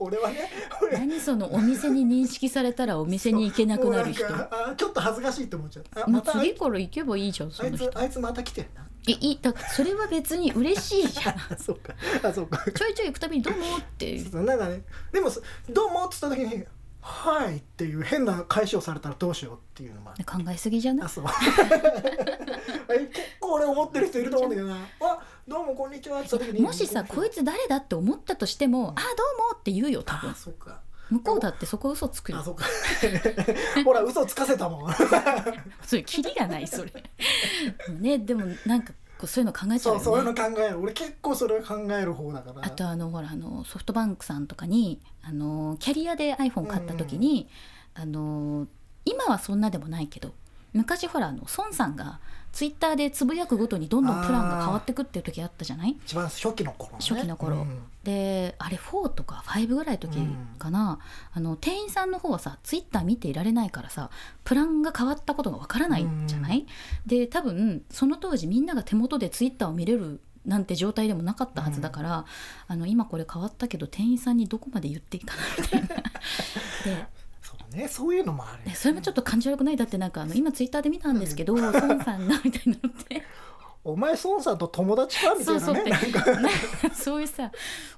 B: 俺はね俺
A: 何そのお店に認識されたらお店に行けなくなる人
B: もう。んかあちょっと恥ずかしいと思っちゃうあ
A: もう
B: またあ
A: 次
B: い
A: から行けばいいじゃんその
B: つ
A: 人。
B: あいつまた来てる な
A: えいいだそれは別に嬉しいじゃん。
B: あそうか あそうか
A: ちょいちょい行くたびに「どうも」って
B: そうなんかねでもそどうもっつった時に「はい」っていう変な返しをされたらどうしようっていうのもある
A: 考えすぎじゃな
B: あ
A: い
B: そう え結構俺思ってる人いると思うんだけどな「あどうもこんにちは」っつった時に
A: もしさこいつ誰だって思ったとしても「あどうも」って言うよ多
B: あ
A: 分
B: そうか
A: 向こうだってそこ嘘つく
B: あ
A: よ
B: そうか ほら嘘つかせたもん
A: それキリがない それねでもなんかこうそういうの考えちゃ
B: そううそういう
A: よね
B: の考える俺結構それは考える方だから
A: あとあのほらあのソフトバンクさんとかにあのキャリアで iPhone 買った時に、あの今はそんなでもないけど昔ほらあの孫さんがツイッターでつぶやくごとにどんどんプランが変わってくっていう時あったじゃない
B: 一番初期の頃、ね、
A: 初期の頃
B: うん
A: であれ4とか5ぐらいの時かな、あの店員さんの方はさツイッター見ていられないからさプランが変わったことがわからないじゃない、で多分その当時みんなが手元でツイッターを見れるなんて状態でもなかったはずだから、 あの今これ変わったけど店員さんにどこまで言っていいかなみたいな。で
B: そうねそういうのもある
A: ねそれもちょっと感じ悪くないだってなんかあの今ツイッターで見たんですけど、孫さんがみたいになって
B: お前孫さんと友達かみたいなね
A: そうそう
B: なんか
A: ねそういうさ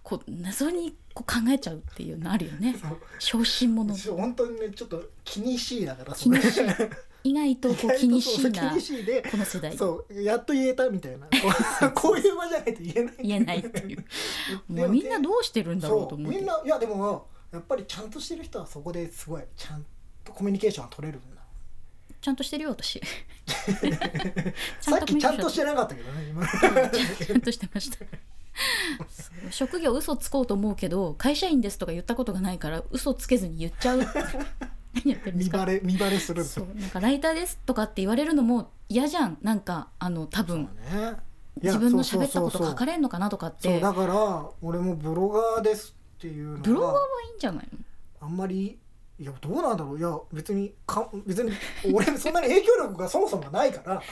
A: こう謎にこう考えちゃうっていうのあるよね
B: そう
A: 小心者
B: そう本当にねちょっと気にしいだから
A: 気にし
B: そ
A: い
B: れ
A: 意外とこう気にしい
B: そうそう
A: な
B: 気にしいで
A: この世代
B: そうやっと言えたみた いなこうこういう場じゃないと言えない
A: 言えないっていう
B: で
A: もうみんなどうしてるんだろうと
B: そう
A: 思って
B: みんないやでもやっぱりちゃんとしてる人はそこですごいちゃんとコミュニケーションが取れるんだ
A: ちゃんとしてるよ 私
B: さっきちゃんと
A: し
B: してなかったけどね今
A: ちゃんとしてましたそう職業嘘つこうと思うけど会社員ですとか言ったことがないから嘘つけずに言っ ちゃう何やってるんで
B: 見
A: す
B: バ
A: か
B: レ見バレするんだ
A: そうなんかライターですとかって言われるのも嫌じゃんなんかあの多分
B: ねいや
A: 自分の喋ったこと
B: そうそうそう
A: 書かれんのかなとかっ
B: そう
A: て
B: だから俺もブロガーですっていう
A: ブロ
B: の
A: ガーは
B: はい
A: いんじゃないの
B: あんまりいやどうなんだろういや別にか別に俺そんなに影響力がそもそもないから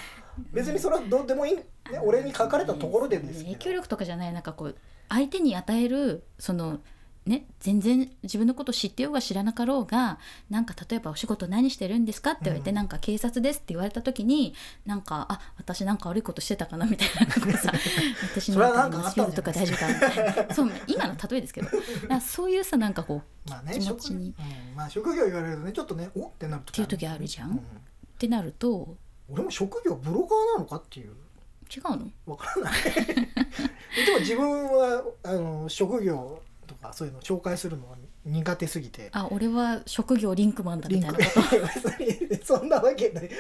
B: 別にそれはどうでもいい、ね、俺に書かれたところでですけ
A: 影
B: ど
A: 響力とかじゃないなんかこう相手に与えるそのね全然自分のこと知ってようが知らなかろうがなんか例えば「お仕事何してるんですか?」って言われて「
B: うん
A: なんか警察です」って言われた時になんか「あ私なんか悪いことしてたかな」みたいななんか さ「私
B: それはなんかあったん
A: の
B: じ
A: と
B: ゃな
A: か
B: い
A: 大丈夫か?」みたいなそう今の例えですけどなんかそういうさなんかこうっ
B: まあね
A: 気持
B: 職,、
A: ち
B: う
A: に
B: んまあ、職業言われるとねちょっとねおってなる
A: て
B: 時
A: いう時あるじゃん。
B: う
A: っ
B: ん
A: てなると
B: 俺も職業ブロガーなのかっていう
A: 違うの
B: わからない でも自分はあの職業とかそういうの紹介するのは苦手すぎて
A: あ俺は職業リンクマンだ
B: リ
A: み
B: ン
A: たいな
B: ク そんなわけない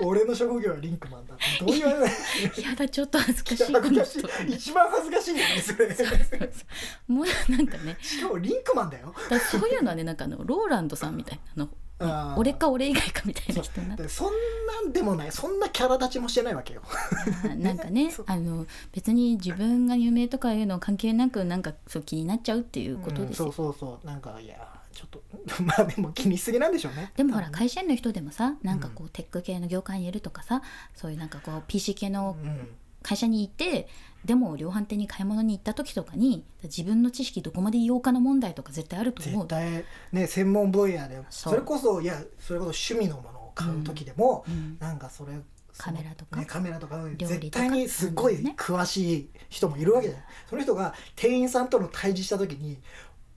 B: おお俺の職業はリンクマンだってどう言われない
A: いやだちょっと恥ずかしいこ
B: 恥
A: の
B: ず
A: 人
B: かしい一番恥ずかしいよねそれ
A: そうそうそう もうなんかね
B: しかもリンクマンだ
A: だ
B: よ
A: からそういうのはねなんかあのローランドさんみたいなあ
B: あ
A: の
B: ー
A: 俺か俺以外かみたいな人になって
B: でそんなんでもないそんなキャラ立ちもしてないわけよ
A: なんかね
B: そう
A: あの別に自分が有名とかいうの関係なくなんかそう気になっちゃうっていうことですよ、
B: うんそうそうそうなんかいやちょっと まあでも気にしすぎなんでしょうね
A: でもほら会社員の人でもさなんかこうテック系の業界にいるとかさそういうなんかこう PC 系
B: う
A: の
B: ん
A: 会社にいてでも量販店に買い物に行った時とかに自分の知識どこまで言おうかの問題とか絶対あると思
B: 絶
A: う。
B: 対ね専門分野で
A: そう
B: それこそいやそれこそ趣味のものを買う時でも、
A: うん
B: なんかそれ
A: カメラとか
B: ね、カメラとか
A: とか
B: 絶対にすごい
A: ね
B: 詳しい人もいるわけじゃない、その人が店員さんとの対峙した時に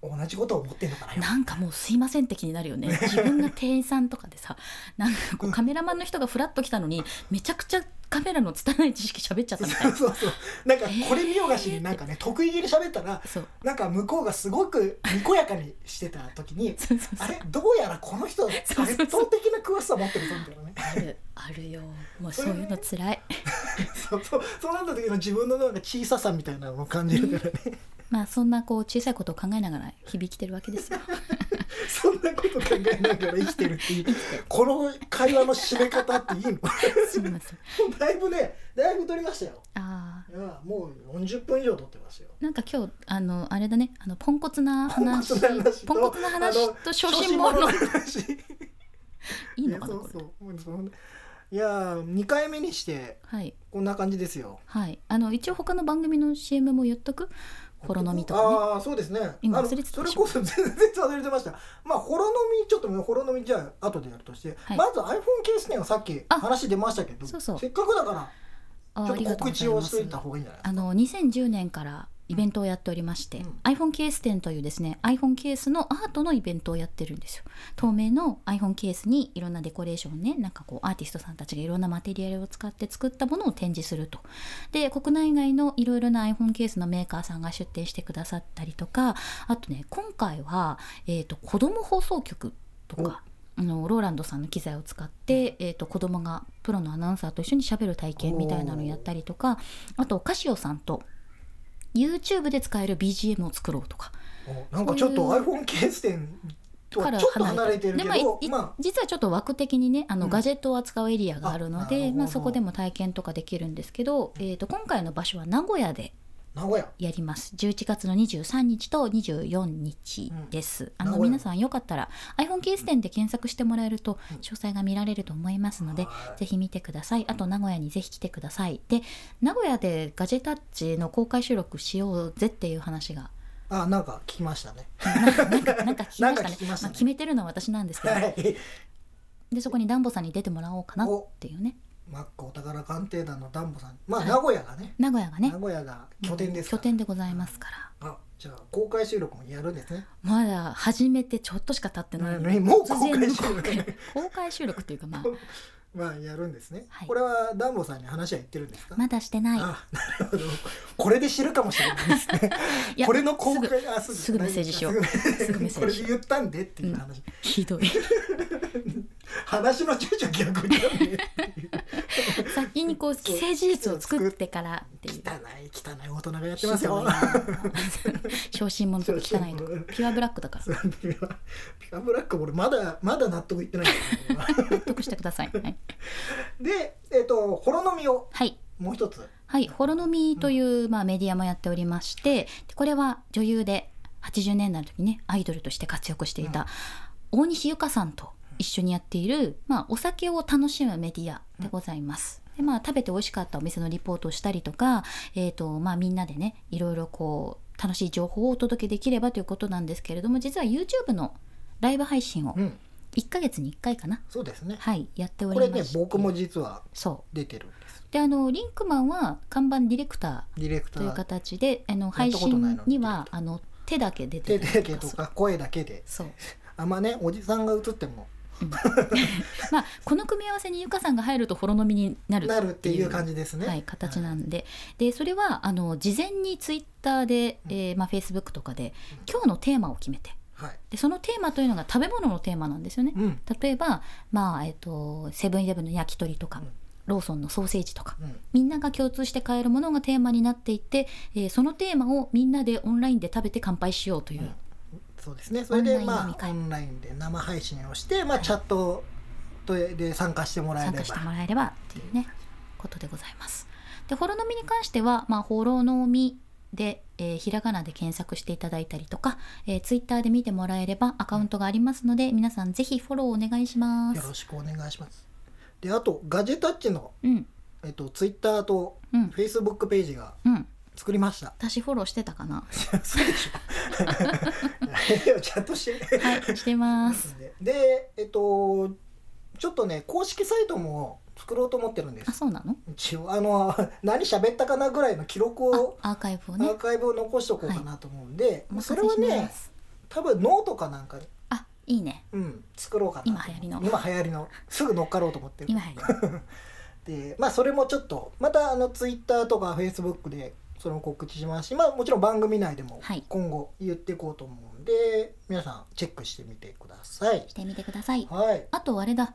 B: 同じことを思ってんのかな
A: なんかもうすいませんって気になるよね 自分が店員さんとかでさなんかこうカメラマンの人がフラッと来たのにめちゃくちゃカメラの拙い知識喋っちゃった みたい
B: そう
A: な
B: そうそうなんかこれ見よがしになんかね得意げに喋ったら
A: そう
B: なんか向こうがすごくにこやかにしてた時に
A: そうそうそ
B: あ
A: う
B: れどうやらこの人圧
A: そう
B: 倒的な詳しさ持ってるぞみたいなね
A: あるあるよもうそういうのつらい
B: そうそうそうなった時の自分のなんか小ささみたいなのを感じるから ね
A: まあそんなこう小さいことを考えながら響きてるわけ ですよ
B: そんなこと考えながら生きてるっていうこの会話の締め方っていいの
A: すみません
B: だいぶねだいぶ撮りましたよ
A: あー
B: いやもう40分以上撮ってますよ
A: なんか今日あのあれだねあのポンコツな
B: ポンコ
A: 話
B: ツな話と
A: ポンコツな
B: あ
A: 話
B: の
A: と小心者の
B: 小話
A: いいのかな
B: や
A: これ
B: そうそうもうそのいやー2回目にして
A: はい
B: こんな感じですよ
A: はいあの一応他の番組の CM も言っとくホロノミとかね
B: ああそうですね
A: 今
B: あの
A: 忘れてた
B: そ
A: で
B: れ
A: しょ
B: こそ全然 忘れてましたまあホロノミちょっともうホロノミじゃあ後でやるとして、
A: はい
B: まず iPhone ケースにはさっき
A: あ
B: 話出ましたけど
A: そうそう
B: せっかくだか
A: あー
B: らちょ
A: あ
B: っ
A: り
B: と
A: がとう
B: 告
A: ござ
B: 知
A: い
B: を
A: ま
B: しと
A: す
B: いた方がいいんじゃない
A: あの2010年からイベントをやっておりまして、
B: うん
A: iPhone ケース店というですね iPhone ケースのアートのイベントをやってるんですよ透明の iPhone ケースにいろんなデコレーションねなんかこうアーティストさんたちがいろんなマテリアルを使って作ったものを展示するとで国内外のいろいろな iPhone ケースのメーカーさんが出展してくださったりとかあとね今回は、えー、と子ども放送局とかあのローランドさんの機材を使って、えー、と子どもがプロのアナウンサーと一緒にしゃべる体験みたいなのをやったりとかあとカシオさんと YouTube で使える BGM を作ろうとか
B: おなんかちょっと
A: そういう
B: iPhone ケース店とはちょっと離れてるけ
A: でま
B: ど
A: あいい
B: まあ
A: 実はちょっと枠的にねあの、
B: うん
A: ガジェットを扱うエリアがあるの
B: あな
A: で
B: るほど
A: まあ、そこでも体験とかできるんですけど、えー、と今回の場所は名古屋で
B: 名古屋
A: やります11月の23日と24日です、あ
B: 名
A: の
B: 古屋
A: 皆さんよかったら iPhone ケース店で検索してもらえると詳細が見られると思いますので、
B: はい
A: ぜひ見てくださいあと名古屋にぜひ来てくださいで名古屋でガジェタッチの公開収録しようぜっていう話が
B: あなんか聞きましたね。
A: なんかなんか聞きました
B: なんか
A: ね
B: 聞きましたね
A: あ決めてるのは私なんですけど、
B: はい。
A: でそこにダンボさんに出てもらおうかなっていうね
B: マックお宝鑑定団のダンボさん。まあ
A: はい
B: 名古屋がね。
A: 名古屋がね
B: 名古屋が拠点です
A: 拠
B: から。
A: 点でございますから
B: あじゃあ公開収録もやるんですね。
A: まだ始めてちょっとしか経ってない
B: ねもう公開収
A: 突
B: 録
A: 然の公開公開収録っていうかまあ
B: まあやるんですね。
A: はい
B: これはダンボさんに話は言ってるんですか。
A: まだしてない
B: あなるほど。これで知るかもしれないですね。
A: いや
B: これの公
A: すぐ
B: 開あす
A: すぐメッセージしようす
B: す
A: ぐ
B: ぐ
A: メッセージし
B: こ
A: よ
B: れで言ったんでっていう話。
A: ひ どい
B: 話の躊躇 逆に読んでっていう。
A: 先にこう既成事実を作ってからっていう
B: 汚い汚い大人がやってますよ。
A: ひどい な 小心者とか汚いとかピュアブラックだから
B: そうピュアピュアブラック俺まだまだ納得いってないんだけど
A: 納得してくださいはい、
B: でえっ、とほろのみを
A: はい
B: もう一つ
A: はい、ホロノミという、まあ、メディアもやっておりましてでこれは女優で80年代の時ねアイドルとして活躍していた大西由香さんと一緒にやっている、まあ、お酒を楽しむメディアでございます。でまあ、食べて美味しかったお店のリポートをしたりとか、えーとまあ、みんなでねいろいろこう楽しい情報をお届けできればということなんですけれども実は YouTube のライブ配信を
B: うん
A: 1ヶ月に1回かな、
B: そうですね
A: はい、やってお
B: こ
A: りま
B: れ
A: して
B: ね僕も実は
A: そ
B: 出てるんです
A: うであのリンクマンは看板ディレクター
B: ディレクタ
A: という
B: ー
A: 形であの
B: やっ
A: 配
B: たことない
A: 信
B: のに
A: にはあの手だけ出て
B: 手
A: る
B: だけとか声だけで
A: そう、
B: あんまねおじさんが映っても
A: うん、まあこの組み合わせにゆかさんが入るとほろ飲みになる
B: なるっていう感じですね、
A: はい、形な
B: うん
A: で,、でそれはあの事前にツイッターで、えーまあ、フェイスブックとかで今日のテーマを決めて
B: はい
A: でそのテーマというのが食べ物のテーマなんですよね。
B: うん
A: 例えば、まあえっとセブンイレブンの焼き鳥とか、
B: うん
A: ローソンのソーセージとか
B: うん
A: みんなが共通して買えるものがテーマになっていて、えーそのテーマをみんなでオンラインで食べて乾杯しようという、
B: うんそうですねそれで
A: オンライン飲み
B: まあ
A: 会
B: オンラインで生配信をしてまあチャットでで参加してもら
A: 参
B: えれば
A: 加してもらえればっていうねことでございます。でホロノミに関しては「まあ、ホロノミ」で、えーひらがなで検索していただいたりとか、えー、ツイッターで見てもらえればアカウントがありますので、皆さんぜひフォローお願いしま
B: よろ
A: す。
B: しくお願いしますであとガジェタッチの
A: うん
B: えっとツイッターと
A: うん
B: フェイスブックページが
A: うん
B: 作りま した。
A: 私フォローしてたかな
B: そうでし ょ。いやちゃんとしてね。
A: はいしてます。
B: で、えっと、ちょっとね、公式サイトも作ろうと思ってるんで
A: あ
B: す。
A: そうなの
B: 一応、あの、 何喋ったかなぐらいの記録を。
A: あアーカイブを
B: ア
A: ね
B: ーカイブを残しておこうかなと思うんで、
A: お任せ
B: それは
A: しま
B: ね
A: す
B: 多分ノートかなんかに、
A: あいいね
B: うん、作ろうかなと
A: 今流行りの
B: 今流行りのすぐ乗っかろうと思ってる
A: 今入る
B: でまあそれもちょっとまたあのツイッターとかフェイスブックでそれも告知しますしまあもちろん番組内でも
A: はい
B: 今後言っていこうと思うんで、皆さんチェックしてみてください
A: してみてください。
B: はい
A: あとあれだ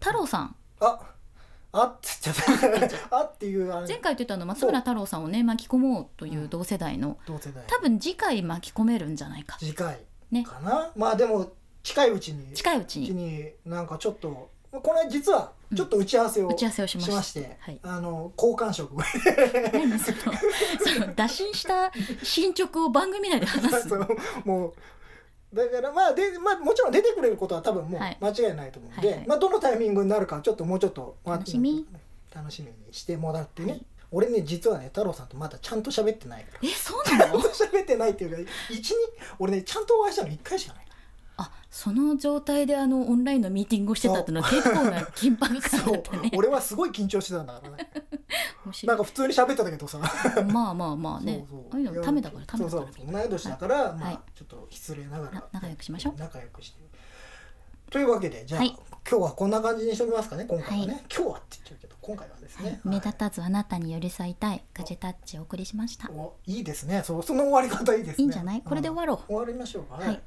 A: 太郎さん
B: あ あっつっちゃった あっていうあれ
A: 前回言ってたの松村太郎さんをね巻き込もうという同世代の
B: 同世代
A: 多分次回巻き込めるんじゃないか
B: 次回
A: ね
B: かな、まあでも近いうちに
A: 近いうち
B: うち
A: に
B: になんかちょっとこれ実はちょっと打ち合わせを、
A: 打ち合わせをしま
B: し
A: し
B: ま
A: た
B: して、
A: はい
B: あの交換色
A: 何 そのその打診した進捗を番組内で話す
B: そう もうだからまあで、まあ、もちろん出てくれることは多分もう
A: はい
B: 間違いないと思うんで、
A: はいはい
B: まあ、どのタイミングになるかちょっともうちょっとまあ
A: 楽しみ
B: 楽しみにしてもらってね、
A: はい
B: 俺ね実はね太郎さんとまだちゃんと喋ってないから
A: えそうな
B: ちゃん
A: の
B: と喋ってないっていうか一日俺ねちゃんとお会いしたの一回しかない
A: あその状態であのオンラインのミーティングをしてたっていうのは結構な緊迫感
B: そ
A: だっ
B: う
A: たね
B: 俺はすごい緊張してたんだから ね
A: 面白
B: ないんか普通に喋ったんだけどさ
A: まあまあまあね
B: そうそう
A: ああいうのためだからためだか
B: そう
A: ら
B: そう同い年だから、ま
A: はい
B: あちょっと失礼ながら
A: な仲良くしましょう
B: 仲良くしてというわけでじゃあ、
A: はい
B: 今日はこんな感じにしておきますかね今回はね、
A: は
B: 今日はって言っちゃうけど今回はですね、
A: はい目立
B: は
A: たずあなたに寄り添いたいガジェタッチをお送りしました
B: いおいいですねそうその終わり方いいです
A: い
B: ね
A: いんじゃないこれで終わろう
B: 終わりましょうかはい、
A: はい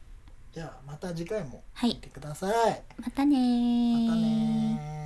B: じゃあまた次回も
A: はい
B: 見てください、
A: またねー
B: またねー